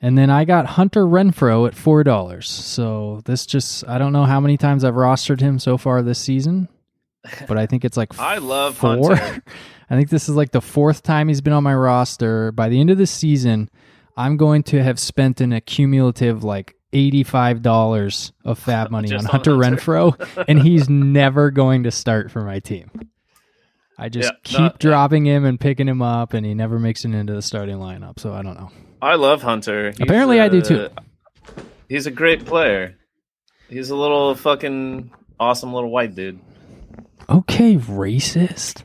Speaker 1: and then I got Hunter Renfro at four dollars. So this just I don't know how many times I've rostered him so far this season. But I think it's like
Speaker 3: I love
Speaker 1: four.
Speaker 3: Hunter.
Speaker 1: (laughs) I think this is like the fourth time he's been on my roster. By the end of this season, I'm going to have spent an accumulative like eighty-five dollars of
Speaker 3: (laughs)
Speaker 1: fab money on
Speaker 3: Just on
Speaker 1: Hunter,
Speaker 3: Hunter.
Speaker 1: Renfro, and he's never going to start for my team. I just
Speaker 3: Yeah,
Speaker 1: keep
Speaker 3: no, yeah.
Speaker 1: dropping him and picking him up, and he never makes it into the starting lineup. So I don't know.
Speaker 3: I love Hunter. He's
Speaker 1: Apparently
Speaker 3: I
Speaker 1: I do too.
Speaker 3: He's a great player. He's a little fucking awesome little white dude.
Speaker 1: Okay, racist.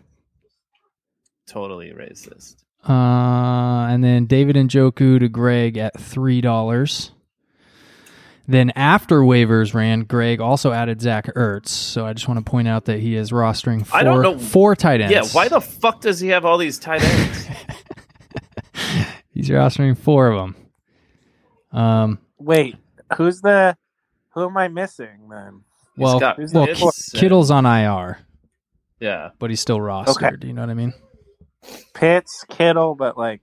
Speaker 3: Totally racist.
Speaker 1: Uh, and then David and Joku to Greg at three dollars. Then after waivers ran, Greg also added Zach Ertz. So I just want to point out that he is rostering four,
Speaker 3: I don't know-
Speaker 1: four tight ends.
Speaker 3: Yeah,
Speaker 1: (laughs)
Speaker 3: why the fuck does he have all these tight ends?
Speaker 1: he's rostering four of them. Um,
Speaker 2: Wait, who's the? Who am I missing then?
Speaker 1: well,
Speaker 3: got
Speaker 1: well,
Speaker 3: Pitts and-
Speaker 1: Kittle's on IR,
Speaker 3: yeah,
Speaker 1: but he's still rostered. You know what I mean?
Speaker 2: Pitts, Kittle, but like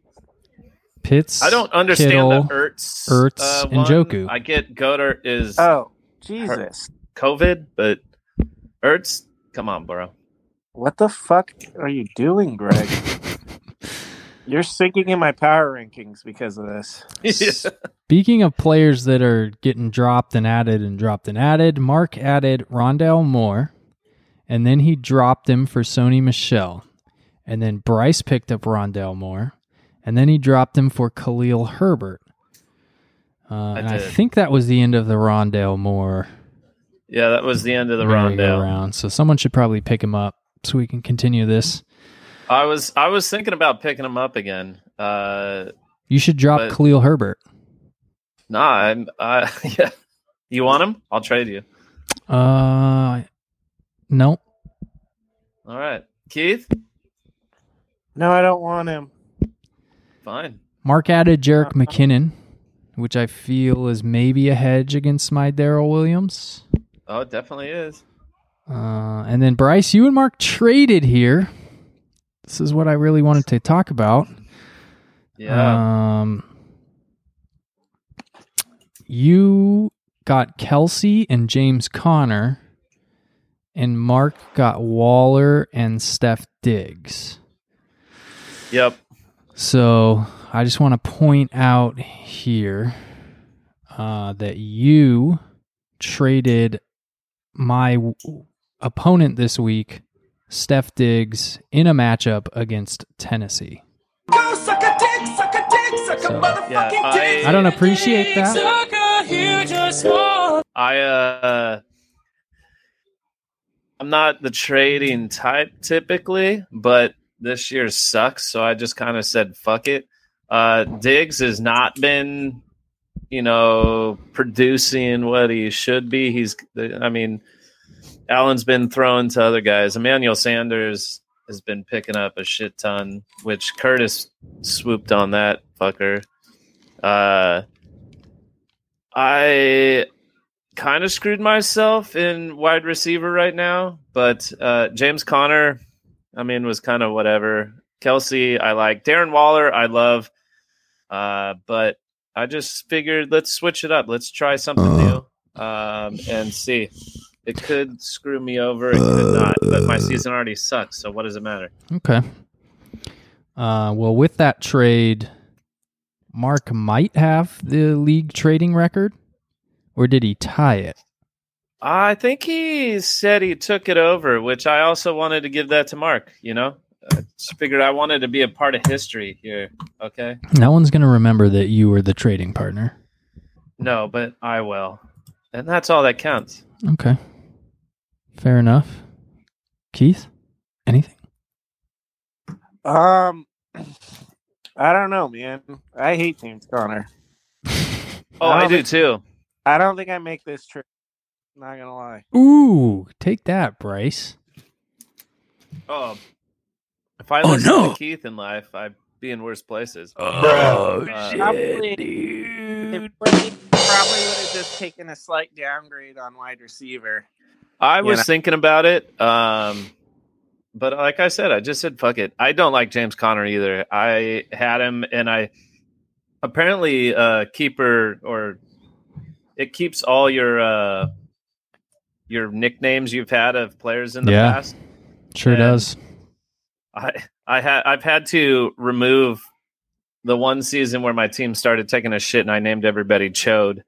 Speaker 1: Pitts.
Speaker 3: I don't understand
Speaker 1: Kittle,
Speaker 3: the Ertz,
Speaker 1: Ertz,
Speaker 3: uh,
Speaker 1: and
Speaker 3: one.
Speaker 1: Joku.
Speaker 3: I get Godert is
Speaker 2: oh Jesus,
Speaker 3: COVID, but Ertz, come on, bro. (laughs)
Speaker 2: what the fuck are you
Speaker 1: (laughs)
Speaker 2: doing, Greg? You're sinking in my power rankings because of this.
Speaker 1: Speaking of players that are getting dropped and added and dropped and added, Mark added Rondell Moore, and then he dropped him for Sony Michelle. And then Bryce picked up Rondell Moore, and then he dropped him for Khalil Herbert. Uh, and I
Speaker 3: did.
Speaker 1: think that was the end of the Rondell Moore
Speaker 3: yeah, that was the end of the rundown.
Speaker 1: merry-go-round. So someone should probably pick him up so we can continue this.
Speaker 3: I was I was thinking about picking him up again. Uh,
Speaker 1: You should drop
Speaker 3: But-
Speaker 1: Khalil Herbert.
Speaker 3: nah, I'm. Uh, (laughs) yeah, you want him? I'll trade you.
Speaker 1: Uh, no,
Speaker 3: All right, Keith.
Speaker 2: No, I don't want him.
Speaker 3: Fine.
Speaker 1: Mark added Jarek McKinnon, which I feel is maybe a hedge against my Daryl Williams.
Speaker 3: Oh, it definitely is.
Speaker 1: Uh, and then Bryce, you and Mark traded here. This is what I really wanted to talk about.
Speaker 3: Yeah.
Speaker 1: Um, you got Kelsey and James Connor, and Mark got Waller and Steph Diggs.
Speaker 3: yep.
Speaker 1: So I just want to point out here uh, that you traded my w- opponent this week, Steph Diggs, in a matchup against Tennessee. So,
Speaker 3: Yeah. I,
Speaker 1: I don't appreciate that.
Speaker 3: I uh I'm not the trading type typically, but this year sucks, so I just kind of said fuck it. Uh Diggs has not been you know producing what he should be. He's I mean Allen's been thrown to other guys. Emmanuel Sanders has been picking up a shit ton, which Curtis swooped on that fucker. Uh I kind of screwed myself in wide receiver right now, but uh, James Conner, I mean, was kind of whatever. Kelsey, I like. Darren Waller, I love. Uh, but I just figured let's switch it up. Let's try something
Speaker 4: Uh.
Speaker 3: new um, and see. It could screw me over. It could not. But my season already sucks. So what does it matter?
Speaker 1: Okay. Uh, well, with that trade, Mark might have the league trading record, or did he tie it?
Speaker 3: I think he said he took it over, which I also wanted to give that to Mark. You know, I just figured I wanted to be a part of history here. Okay.
Speaker 1: No one's going to remember that you were the trading partner.
Speaker 3: No, but I will. And that's all that counts.
Speaker 1: Okay. Fair enough. Keith, anything?
Speaker 2: Um, (clears throat) I don't know, man. I hate James Conner.
Speaker 3: Oh,
Speaker 2: I
Speaker 3: I,
Speaker 2: don't
Speaker 3: do too.
Speaker 2: I don't think I make this trip. Not gonna lie.
Speaker 1: Ooh, take that, Bryce.
Speaker 3: Oh, if I
Speaker 4: Oh,
Speaker 3: listened
Speaker 4: no.
Speaker 3: to Keith in life, I'd be in worse places.
Speaker 4: Oh,
Speaker 3: Uh,
Speaker 2: Probably,
Speaker 1: dude.
Speaker 2: probably would have just taken a slight downgrade on wide receiver.
Speaker 3: I
Speaker 2: You
Speaker 3: was
Speaker 2: know.
Speaker 3: thinking about it. Um, but like I said, I just said fuck it. I don't like James Conner either. I had him and I apparently uh keeper or it keeps all your uh your nicknames you've had of players in the
Speaker 1: Yeah.
Speaker 3: past.
Speaker 1: Sure
Speaker 3: Yeah.
Speaker 1: does.
Speaker 3: I I had I've had to remove the one season where my team started taking a shit and I named everybody Chode.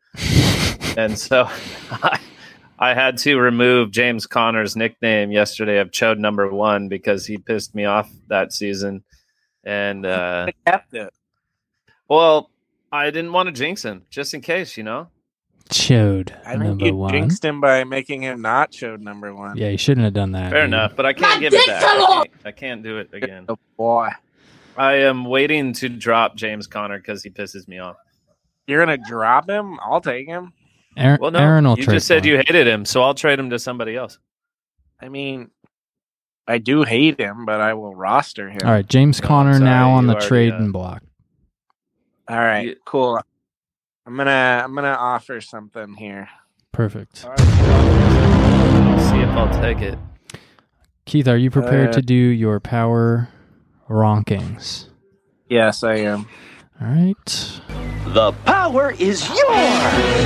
Speaker 3: and so (laughs) I, I had to remove James Connor's nickname yesterday of Chode number 1 because he pissed me off that season. And uh
Speaker 2: I kept it.
Speaker 3: well, I didn't want to jinx him just in case, you know.
Speaker 1: Chode,
Speaker 2: I think
Speaker 1: number
Speaker 2: you
Speaker 1: one.
Speaker 2: jinxed him by making him not show number one.
Speaker 1: Yeah, you shouldn't have done that.
Speaker 3: Fair
Speaker 1: dude.
Speaker 3: enough, but I can't
Speaker 5: My
Speaker 3: give it
Speaker 5: dick
Speaker 3: back.
Speaker 5: fell
Speaker 3: I
Speaker 5: off!
Speaker 3: can't, I can't do it again.
Speaker 2: Oh boy,
Speaker 3: I am waiting to drop James Connor cuz he pisses me off.
Speaker 2: you're gonna drop him? I'll take him.
Speaker 1: Aaron,
Speaker 3: Well, no,
Speaker 1: Aaron will
Speaker 3: you
Speaker 1: trade
Speaker 3: just said
Speaker 1: one.
Speaker 3: you hated him, so I'll trade him to somebody else.
Speaker 2: I mean, I do hate him, but I will roster him.
Speaker 1: All right, James
Speaker 3: No,
Speaker 1: Conner
Speaker 3: sorry,
Speaker 1: now on
Speaker 3: you
Speaker 1: the
Speaker 3: already,
Speaker 1: trade
Speaker 3: uh,
Speaker 1: and block.
Speaker 2: All right,
Speaker 3: You-
Speaker 2: cool. I'm gonna I'm gonna offer something here.
Speaker 1: Perfect.
Speaker 3: I'll see if I'll take it.
Speaker 1: Keith, are you prepared
Speaker 2: Uh,
Speaker 1: to do your power ronkings?
Speaker 2: Yes, I am.
Speaker 1: All right.
Speaker 9: The power is yours.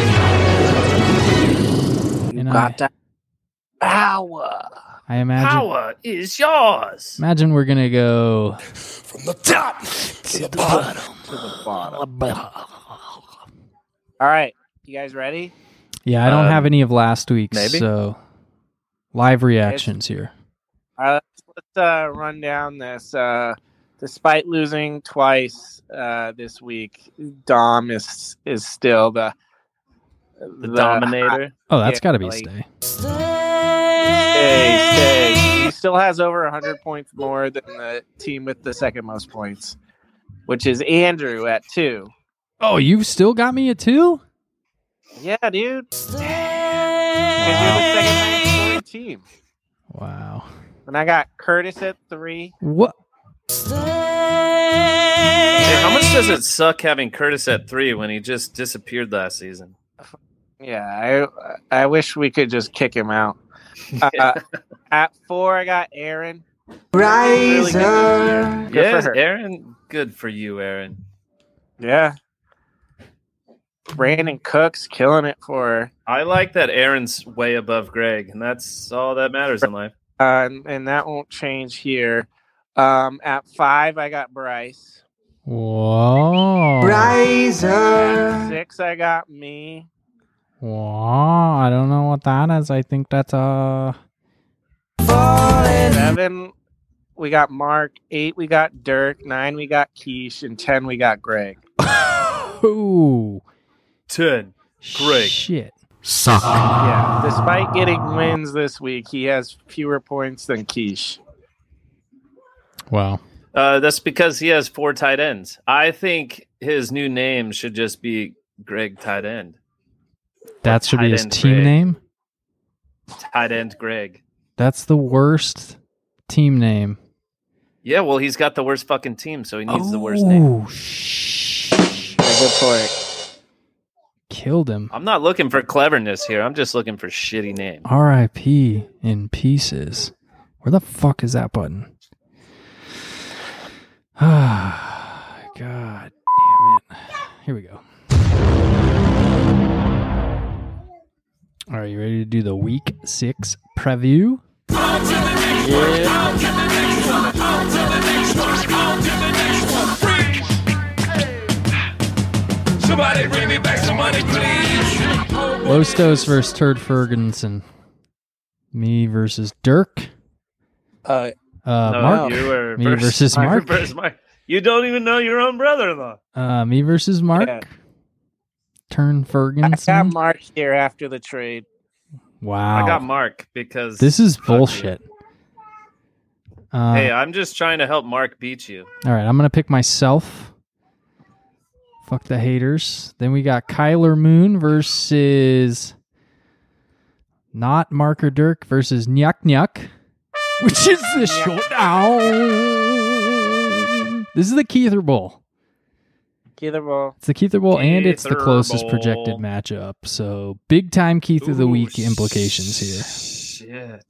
Speaker 2: You
Speaker 1: And
Speaker 2: got
Speaker 1: I-
Speaker 2: that power.
Speaker 1: I imagine
Speaker 3: Power is yours.
Speaker 1: imagine we're going to go
Speaker 4: From the top to the bottom.
Speaker 2: All right, you guys ready?
Speaker 1: Yeah, I don't
Speaker 3: Um,
Speaker 1: have any of last week's,
Speaker 3: maybe?
Speaker 1: so live reactions here.
Speaker 2: All right, let's, let's uh, run down this. Uh, despite losing twice uh, this week, Dom is is still the
Speaker 3: The, Dominator.
Speaker 1: Oh, that's
Speaker 2: Yeah,
Speaker 1: got to be
Speaker 2: like-
Speaker 1: stay.
Speaker 2: Hey, hey. He still has over 100 points more than the team with the second most points, which is Andrew at two.
Speaker 1: Oh, you still got me at two?
Speaker 2: Yeah, dude. 'Cause you're the second most scoring team.
Speaker 1: Wow.
Speaker 2: And I got Curtis at three.
Speaker 1: What?
Speaker 3: Hey, how much does it suck having Curtis at three when he just disappeared last season?
Speaker 2: Yeah, I I wish we could just kick him out. Uh, at four, I got Aaron. Really good this year. Good for
Speaker 3: Yes,
Speaker 2: her.
Speaker 3: Aaron. Good for you, Aaron.
Speaker 2: Yeah. Brandon Cook's killing it for her.
Speaker 3: I like that Aaron's way above Greg, and that's all that matters in life.
Speaker 2: Uh, and, and that won't change here. Um, at five, I got Bryce.
Speaker 1: Whoa.
Speaker 2: At six, I got me.
Speaker 1: Wow. I don't know what that is. I think that's uh (laughs)
Speaker 2: Seven, we got Mark. Eight, we got Dirk. Nine, we got Keish. And ten, we got Greg.
Speaker 1: Ooh.
Speaker 3: Ten. Great.
Speaker 1: Shit.
Speaker 4: Suck.
Speaker 2: Yeah. Despite getting wins this week, he has fewer points than Keish.
Speaker 1: Wow.
Speaker 3: Uh, that's because he has four tight ends. I think his new name should just be Greg Tight End.
Speaker 1: That should be
Speaker 3: tight
Speaker 1: his
Speaker 3: end
Speaker 1: team
Speaker 3: Greg.
Speaker 1: name.
Speaker 3: Tight end Greg.
Speaker 1: That's the worst team name.
Speaker 3: Yeah, well, he's got the worst fucking team, so he needs the worst name.
Speaker 1: Oh, sh-
Speaker 2: Yeah, good point.
Speaker 1: Killed him.
Speaker 3: I'm not looking for cleverness here. I'm just looking for shitty name.
Speaker 1: R.I.P. in pieces. Where the fuck is that button? (sighs) Ah, God damn it. Here we go. All right, you ready to do the week six preview?
Speaker 10: Somebody bring me back some money, please.
Speaker 1: Lostos versus Turd Ferguson. Me versus Dirk.
Speaker 2: Uh,
Speaker 1: Uh, Mark.
Speaker 3: you were
Speaker 1: Me versus
Speaker 3: (laughs) I were
Speaker 1: Mark.
Speaker 3: versus Mark. You don't even know your own brother-in-law.
Speaker 1: Uh, me versus Mark.
Speaker 2: Yeah.
Speaker 1: Turn
Speaker 2: I
Speaker 1: Ferguson.
Speaker 2: got Mark here after the trade.
Speaker 1: Wow.
Speaker 3: I got Mark because
Speaker 1: This is
Speaker 3: you.
Speaker 1: bullshit. Uh,
Speaker 3: hey, I'm just trying to help Mark beat you.
Speaker 1: all right, I'm gonna pick myself. Fuck the haters. Then we got Kyler Moon versus not Marker Dirk versus Nyuk Nyuk, which is the showdown. This is the Keither Bowl.
Speaker 2: Keither Bowl.
Speaker 1: It's the Keither Bowl, and it's the
Speaker 3: Keither
Speaker 1: closest
Speaker 3: Bowl.
Speaker 1: projected matchup. So big time Keith of the
Speaker 3: Ooh,
Speaker 1: Week implications here.
Speaker 3: Shit.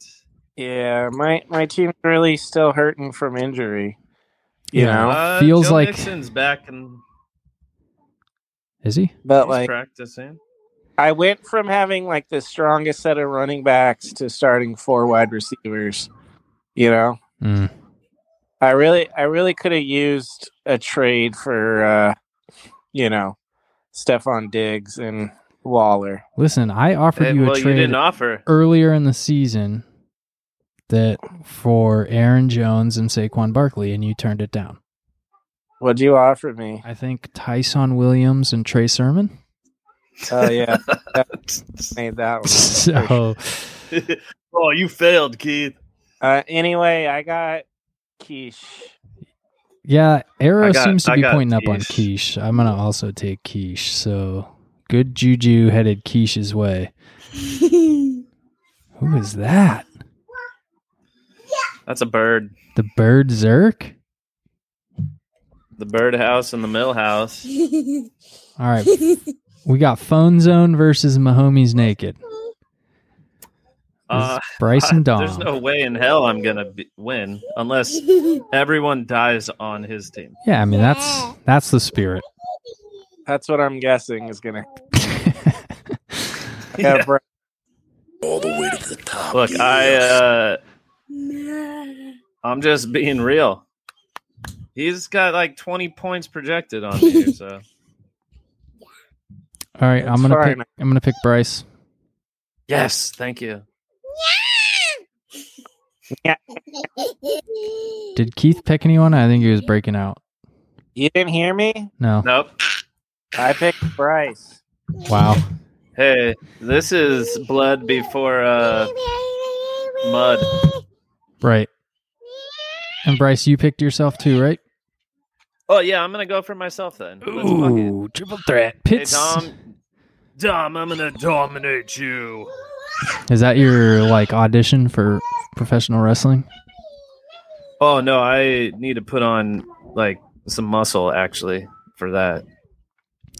Speaker 2: Yeah, my my team's really still hurting from injury. You
Speaker 1: Yeah.
Speaker 2: know,
Speaker 3: Uh,
Speaker 1: feels
Speaker 3: Joe
Speaker 1: like-
Speaker 3: Mixon's back and
Speaker 1: Is he?
Speaker 2: but
Speaker 3: he's
Speaker 2: like
Speaker 3: practicing.
Speaker 2: I went from having like the strongest set of running backs to starting four wide receivers. You know,
Speaker 1: Mm.
Speaker 2: I really, I really could have used a trade for, uh, you know, Stefan Diggs and Waller.
Speaker 1: Listen, I offered
Speaker 3: Hey,
Speaker 1: you a
Speaker 3: well, you
Speaker 1: trade
Speaker 3: didn't offer. (laughs)
Speaker 1: earlier in the season that for Aaron Jones and Saquon Barkley, and you turned it down.
Speaker 2: What'd you offer me?
Speaker 1: I think Tyson Williams and Trey Sermon. (laughs)
Speaker 2: Oh yeah, made that one.
Speaker 1: So
Speaker 3: oh, you failed, Keith.
Speaker 2: Uh, anyway, I got Keish.
Speaker 1: yeah, Arrow
Speaker 3: I got-
Speaker 1: seems to
Speaker 3: I
Speaker 1: be
Speaker 3: got
Speaker 1: pointing up on
Speaker 3: Keish.
Speaker 1: Quiche. I'm gonna also take Quiche. So Good juju headed Keisha's way. Who is that?
Speaker 3: That's a bird.
Speaker 1: The bird Zerk?
Speaker 3: The birdhouse and the mill house.
Speaker 1: All right. We got Phone Zone versus Mahomes Naked. This is
Speaker 3: Uh,
Speaker 1: Bryce and
Speaker 3: I- (laughs) There's
Speaker 1: Dom.
Speaker 3: no way in hell I'm gonna be, win unless everyone dies on his team.
Speaker 1: yeah, I mean that's that's the spirit. (laughs)
Speaker 9: That's what I'm guessing is
Speaker 3: (laughs)
Speaker 9: gonna.
Speaker 3: Yeah.
Speaker 9: bro.
Speaker 4: All the way to the
Speaker 3: (laughs)
Speaker 4: top.
Speaker 3: Look, I uh, I'm just being real. He's got like 20 points projected on here, so
Speaker 1: All right, I'm
Speaker 9: That's
Speaker 1: gonna
Speaker 9: fine.
Speaker 1: pick, I'm gonna pick Bryce.
Speaker 3: yes, thank you.
Speaker 1: Did Keith pick anyone? I think he was breaking out.
Speaker 9: You didn't hear me?
Speaker 1: No.
Speaker 3: Nope.
Speaker 9: I picked Bryce.
Speaker 1: Wow.
Speaker 3: Hey, this is blood before uh, mud.
Speaker 1: Right. And Bryce, you picked yourself too, right?
Speaker 3: Oh yeah, I'm gonna go for myself then. Let's fuck it.
Speaker 1: triple threat.
Speaker 3: Hey
Speaker 1: Pits.
Speaker 3: Dom, Dom, I'm gonna dominate you.
Speaker 1: Is that your like audition for professional wrestling?
Speaker 3: Oh no, I need to put on like some muscle actually for that.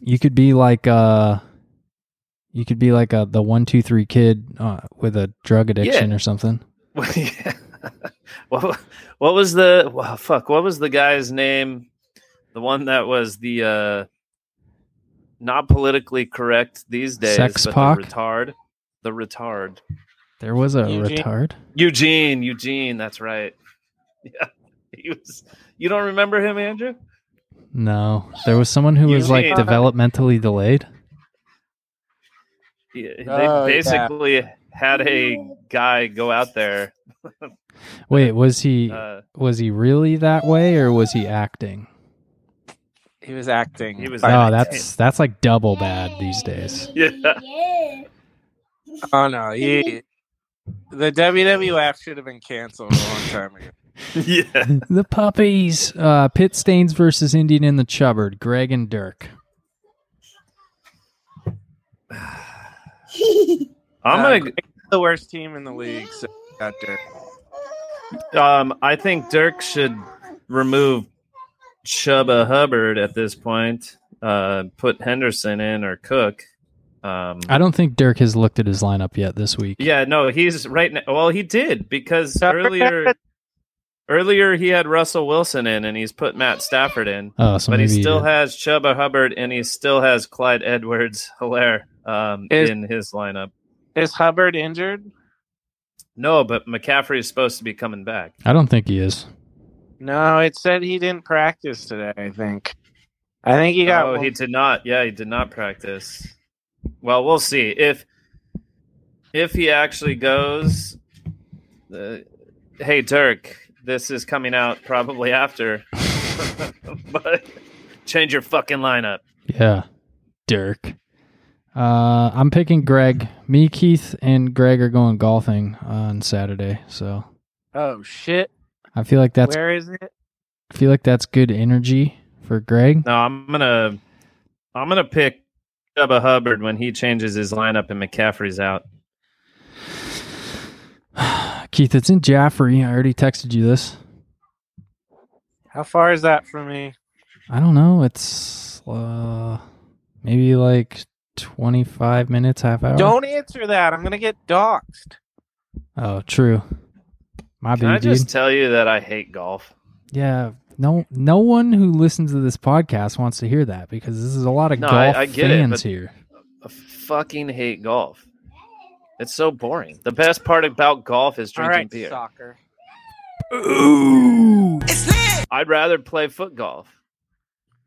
Speaker 1: You could be like uh you could be like a the one two three kid uh, with a drug addiction or something.
Speaker 3: (laughs) what, what was the wow, fuck? What was the guy's name? The one that was the uh not politically correct these days.
Speaker 1: Sex
Speaker 3: but
Speaker 1: Pac?
Speaker 3: the retard. The retard.
Speaker 1: There was a
Speaker 9: Eugene.
Speaker 1: retard.
Speaker 3: Eugene. Eugene. That's right. (laughs) Yeah, he was. You don't remember him, Andrew?
Speaker 1: No, there was someone who was like
Speaker 3: Eugene.
Speaker 1: developmentally delayed.
Speaker 3: Yeah, they
Speaker 9: Oh, yeah.
Speaker 3: basically had a guy go out there.
Speaker 1: Wait, was he
Speaker 9: (laughs)
Speaker 3: Uh,
Speaker 1: was he really that way or was he acting?
Speaker 9: He was acting.
Speaker 3: He was
Speaker 9: But-
Speaker 1: Oh,
Speaker 3: acting.
Speaker 1: that's that's like double bad these
Speaker 3: (laughs)
Speaker 1: days.
Speaker 3: yeah.
Speaker 9: Oh no, he. The WWF should have been canceled a long time ago.
Speaker 3: yeah.
Speaker 1: the puppies. Uh, Pit Stains versus Indian in the Chubbard. Greg and Dirk.
Speaker 3: I'm
Speaker 9: Uh,
Speaker 3: gonna.
Speaker 9: The worst team in the league. So got Dirk.
Speaker 3: Um, I think Dirk should remove Chuba Hubbard at this point. Uh, put Henderson in or Cook. Um,
Speaker 1: I don't think Dirk has looked at his lineup yet this week.
Speaker 3: yeah, no, he's right now. Well, he did because earlier, earlier he had Russell Wilson in, and he's put Matt Stafford in,
Speaker 1: Oh, so
Speaker 3: but he
Speaker 1: maybe
Speaker 3: still
Speaker 1: did.
Speaker 3: has Chuba Hubbard and he still has Clyde Edwards Hilaire um,
Speaker 9: Is-
Speaker 3: in his lineup.
Speaker 9: Is Hubbard injured?
Speaker 3: No, but McCaffrey is supposed to be coming back.
Speaker 1: I don't think he is.
Speaker 9: No, it said he didn't practice today. I think. I think he got.
Speaker 3: Oh, he did not. Yeah, he did not practice. Well, we'll see if if he actually goes. Uh, hey, Dirk, this is coming out probably after, (laughs) but change your fucking lineup.
Speaker 1: Yeah, Dirk. Uh, I'm picking Greg. Me, Keith, and Greg are going golfing on Saturday, so
Speaker 9: oh shit!
Speaker 1: I feel like that's
Speaker 9: Where is it?
Speaker 1: I feel like that's good energy for Greg. (sighs)
Speaker 3: No, I'm gonna I'm gonna pick Chuba Hubbard when he changes his lineup and McCaffrey's out.
Speaker 1: Keith, it's in Jaffrey. I already texted you this.
Speaker 9: How far is that from me?
Speaker 1: I don't know. It's uh, maybe like 25 minutes, half hour.
Speaker 9: Don't answer that. I'm gonna get doxxed.
Speaker 1: Oh, true. My
Speaker 3: Can I
Speaker 1: bad,
Speaker 3: just
Speaker 1: dude.
Speaker 3: tell you that I hate golf?
Speaker 1: Yeah. No, no one who listens to this podcast wants to hear that because this is a lot of
Speaker 3: No, I-
Speaker 1: golf
Speaker 3: I get it,
Speaker 1: fans
Speaker 3: but-
Speaker 1: here.
Speaker 3: I fucking hate golf. It's so boring. The best part about golf is
Speaker 9: All
Speaker 3: drinking
Speaker 9: right,
Speaker 3: beer.
Speaker 9: soccer.
Speaker 3: I'd rather play foot golf.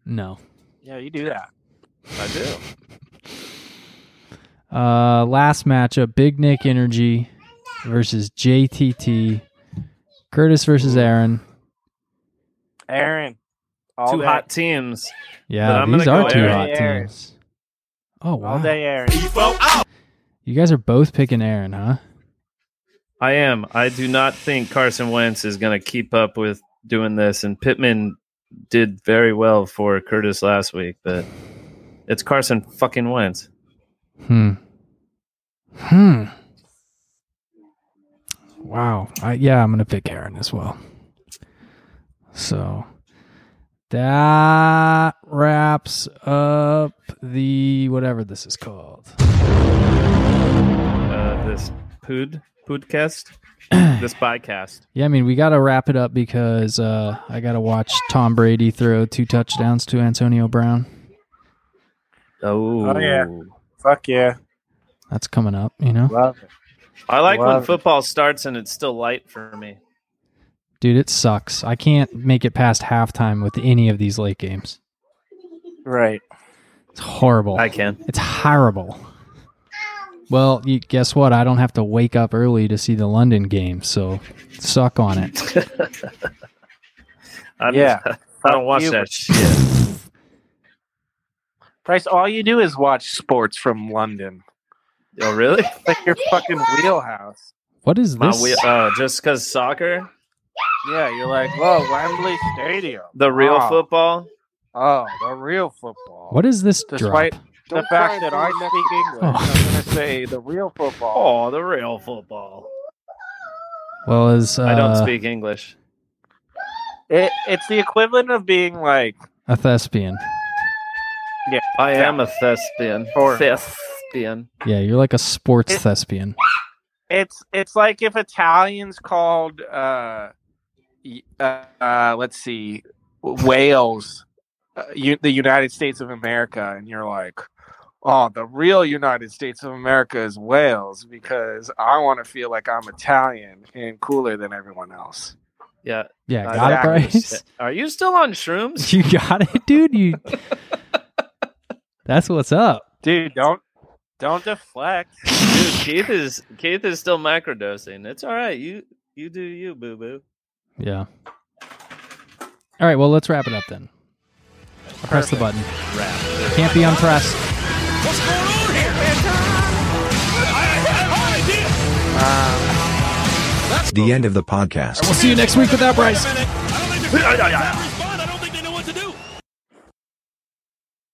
Speaker 1: No.
Speaker 9: Yeah, you do that.
Speaker 3: I do.
Speaker 1: Uh, last matchup: Big Nick Energy versus JTT. Curtis versus Aaron.
Speaker 9: Aaron. All
Speaker 3: Two
Speaker 9: day.
Speaker 3: hot teams. But
Speaker 1: Yeah,
Speaker 3: I'm
Speaker 1: these
Speaker 3: gonna
Speaker 1: are
Speaker 3: go
Speaker 1: two
Speaker 3: Aaron.
Speaker 1: hot
Speaker 9: Aaron.
Speaker 1: teams. Oh wow!
Speaker 9: All day, Aaron.
Speaker 1: You guys are both picking Aaron, huh?
Speaker 3: I am. I do not think Carson Wentz is going to keep up with doing this. And Pittman did very well for Curtis last week, but It's Carson fucking Wentz.
Speaker 1: Hmm. Hmm. Wow. I, yeah, I'm gonna pick Aaron as well. So that wraps up the whatever this is called. (clears throat)
Speaker 3: Uh, this pood (sighs) podcast, this bycast.
Speaker 1: Yeah, I mean we gotta wrap it up because uh, I gotta watch Tom Brady throw two touchdowns to Antonio Brown.
Speaker 3: Oh,
Speaker 2: Oh, yeah. Fuck yeah.
Speaker 1: That's coming up, you know,
Speaker 2: Love it.
Speaker 3: I like when
Speaker 2: Love it.
Speaker 3: football starts and it's still light for me.
Speaker 1: dude. It sucks. I can't make it past halftime with any of these late games.
Speaker 2: Right.
Speaker 1: It's horrible.
Speaker 3: I can.
Speaker 1: It's horrible. Well, you, guess what? I don't have to wake up early to see the London game, so suck on it.
Speaker 3: I'm,
Speaker 2: Yeah.
Speaker 3: (laughs) I don't watch
Speaker 2: you.
Speaker 3: that shit.
Speaker 2: Price, all you do is watch sports from London.
Speaker 3: Oh, (laughs) really?
Speaker 2: It's like your fucking wheelhouse.
Speaker 1: What is
Speaker 3: My
Speaker 1: this?
Speaker 3: wheel, oh, just because soccer,
Speaker 2: Yeah, you're like, whoa, Wembley Stadium.
Speaker 3: the real
Speaker 2: Wow.
Speaker 3: football.
Speaker 2: Oh, the real football.
Speaker 1: What is this drop?
Speaker 2: Despite the fact that I speak English,
Speaker 1: Oh.
Speaker 2: I'm going to say the real football.
Speaker 3: Oh, the real football.
Speaker 1: Well, is uh,
Speaker 3: I don't speak English.
Speaker 2: It, it's the equivalent of being like,
Speaker 1: a thespian.
Speaker 3: I am a thespian.
Speaker 2: Or-
Speaker 3: Thespian.
Speaker 1: Yeah, you're like a sports
Speaker 2: It-
Speaker 1: thespian.
Speaker 2: it's it's like if Italians called, uh, y- uh, uh, let's see, Wales, uh, you, the United States of America, and you're like, oh, the real United States of America is Wales because I want to feel like I'm Italian and cooler than everyone else.
Speaker 3: Yeah.
Speaker 1: Yeah,
Speaker 3: I
Speaker 1: got it,
Speaker 2: exactly.
Speaker 1: Bryce.
Speaker 3: Are you still on
Speaker 1: (laughs)
Speaker 3: shrooms?
Speaker 1: you got it, dude. You. (laughs) That's what's up.
Speaker 2: Dude, don't don't deflect.
Speaker 3: Dude, Keith is Keith is still microdosing. It's all right. You you do you, boo boo.
Speaker 1: Yeah. All right. Well, let's wrap it up then. I press the button. Can't be unpressed.
Speaker 11: What's going on here? I have no idea.
Speaker 12: The end of the podcast.
Speaker 1: We'll see you next week with that, Bryce.
Speaker 11: I don't think the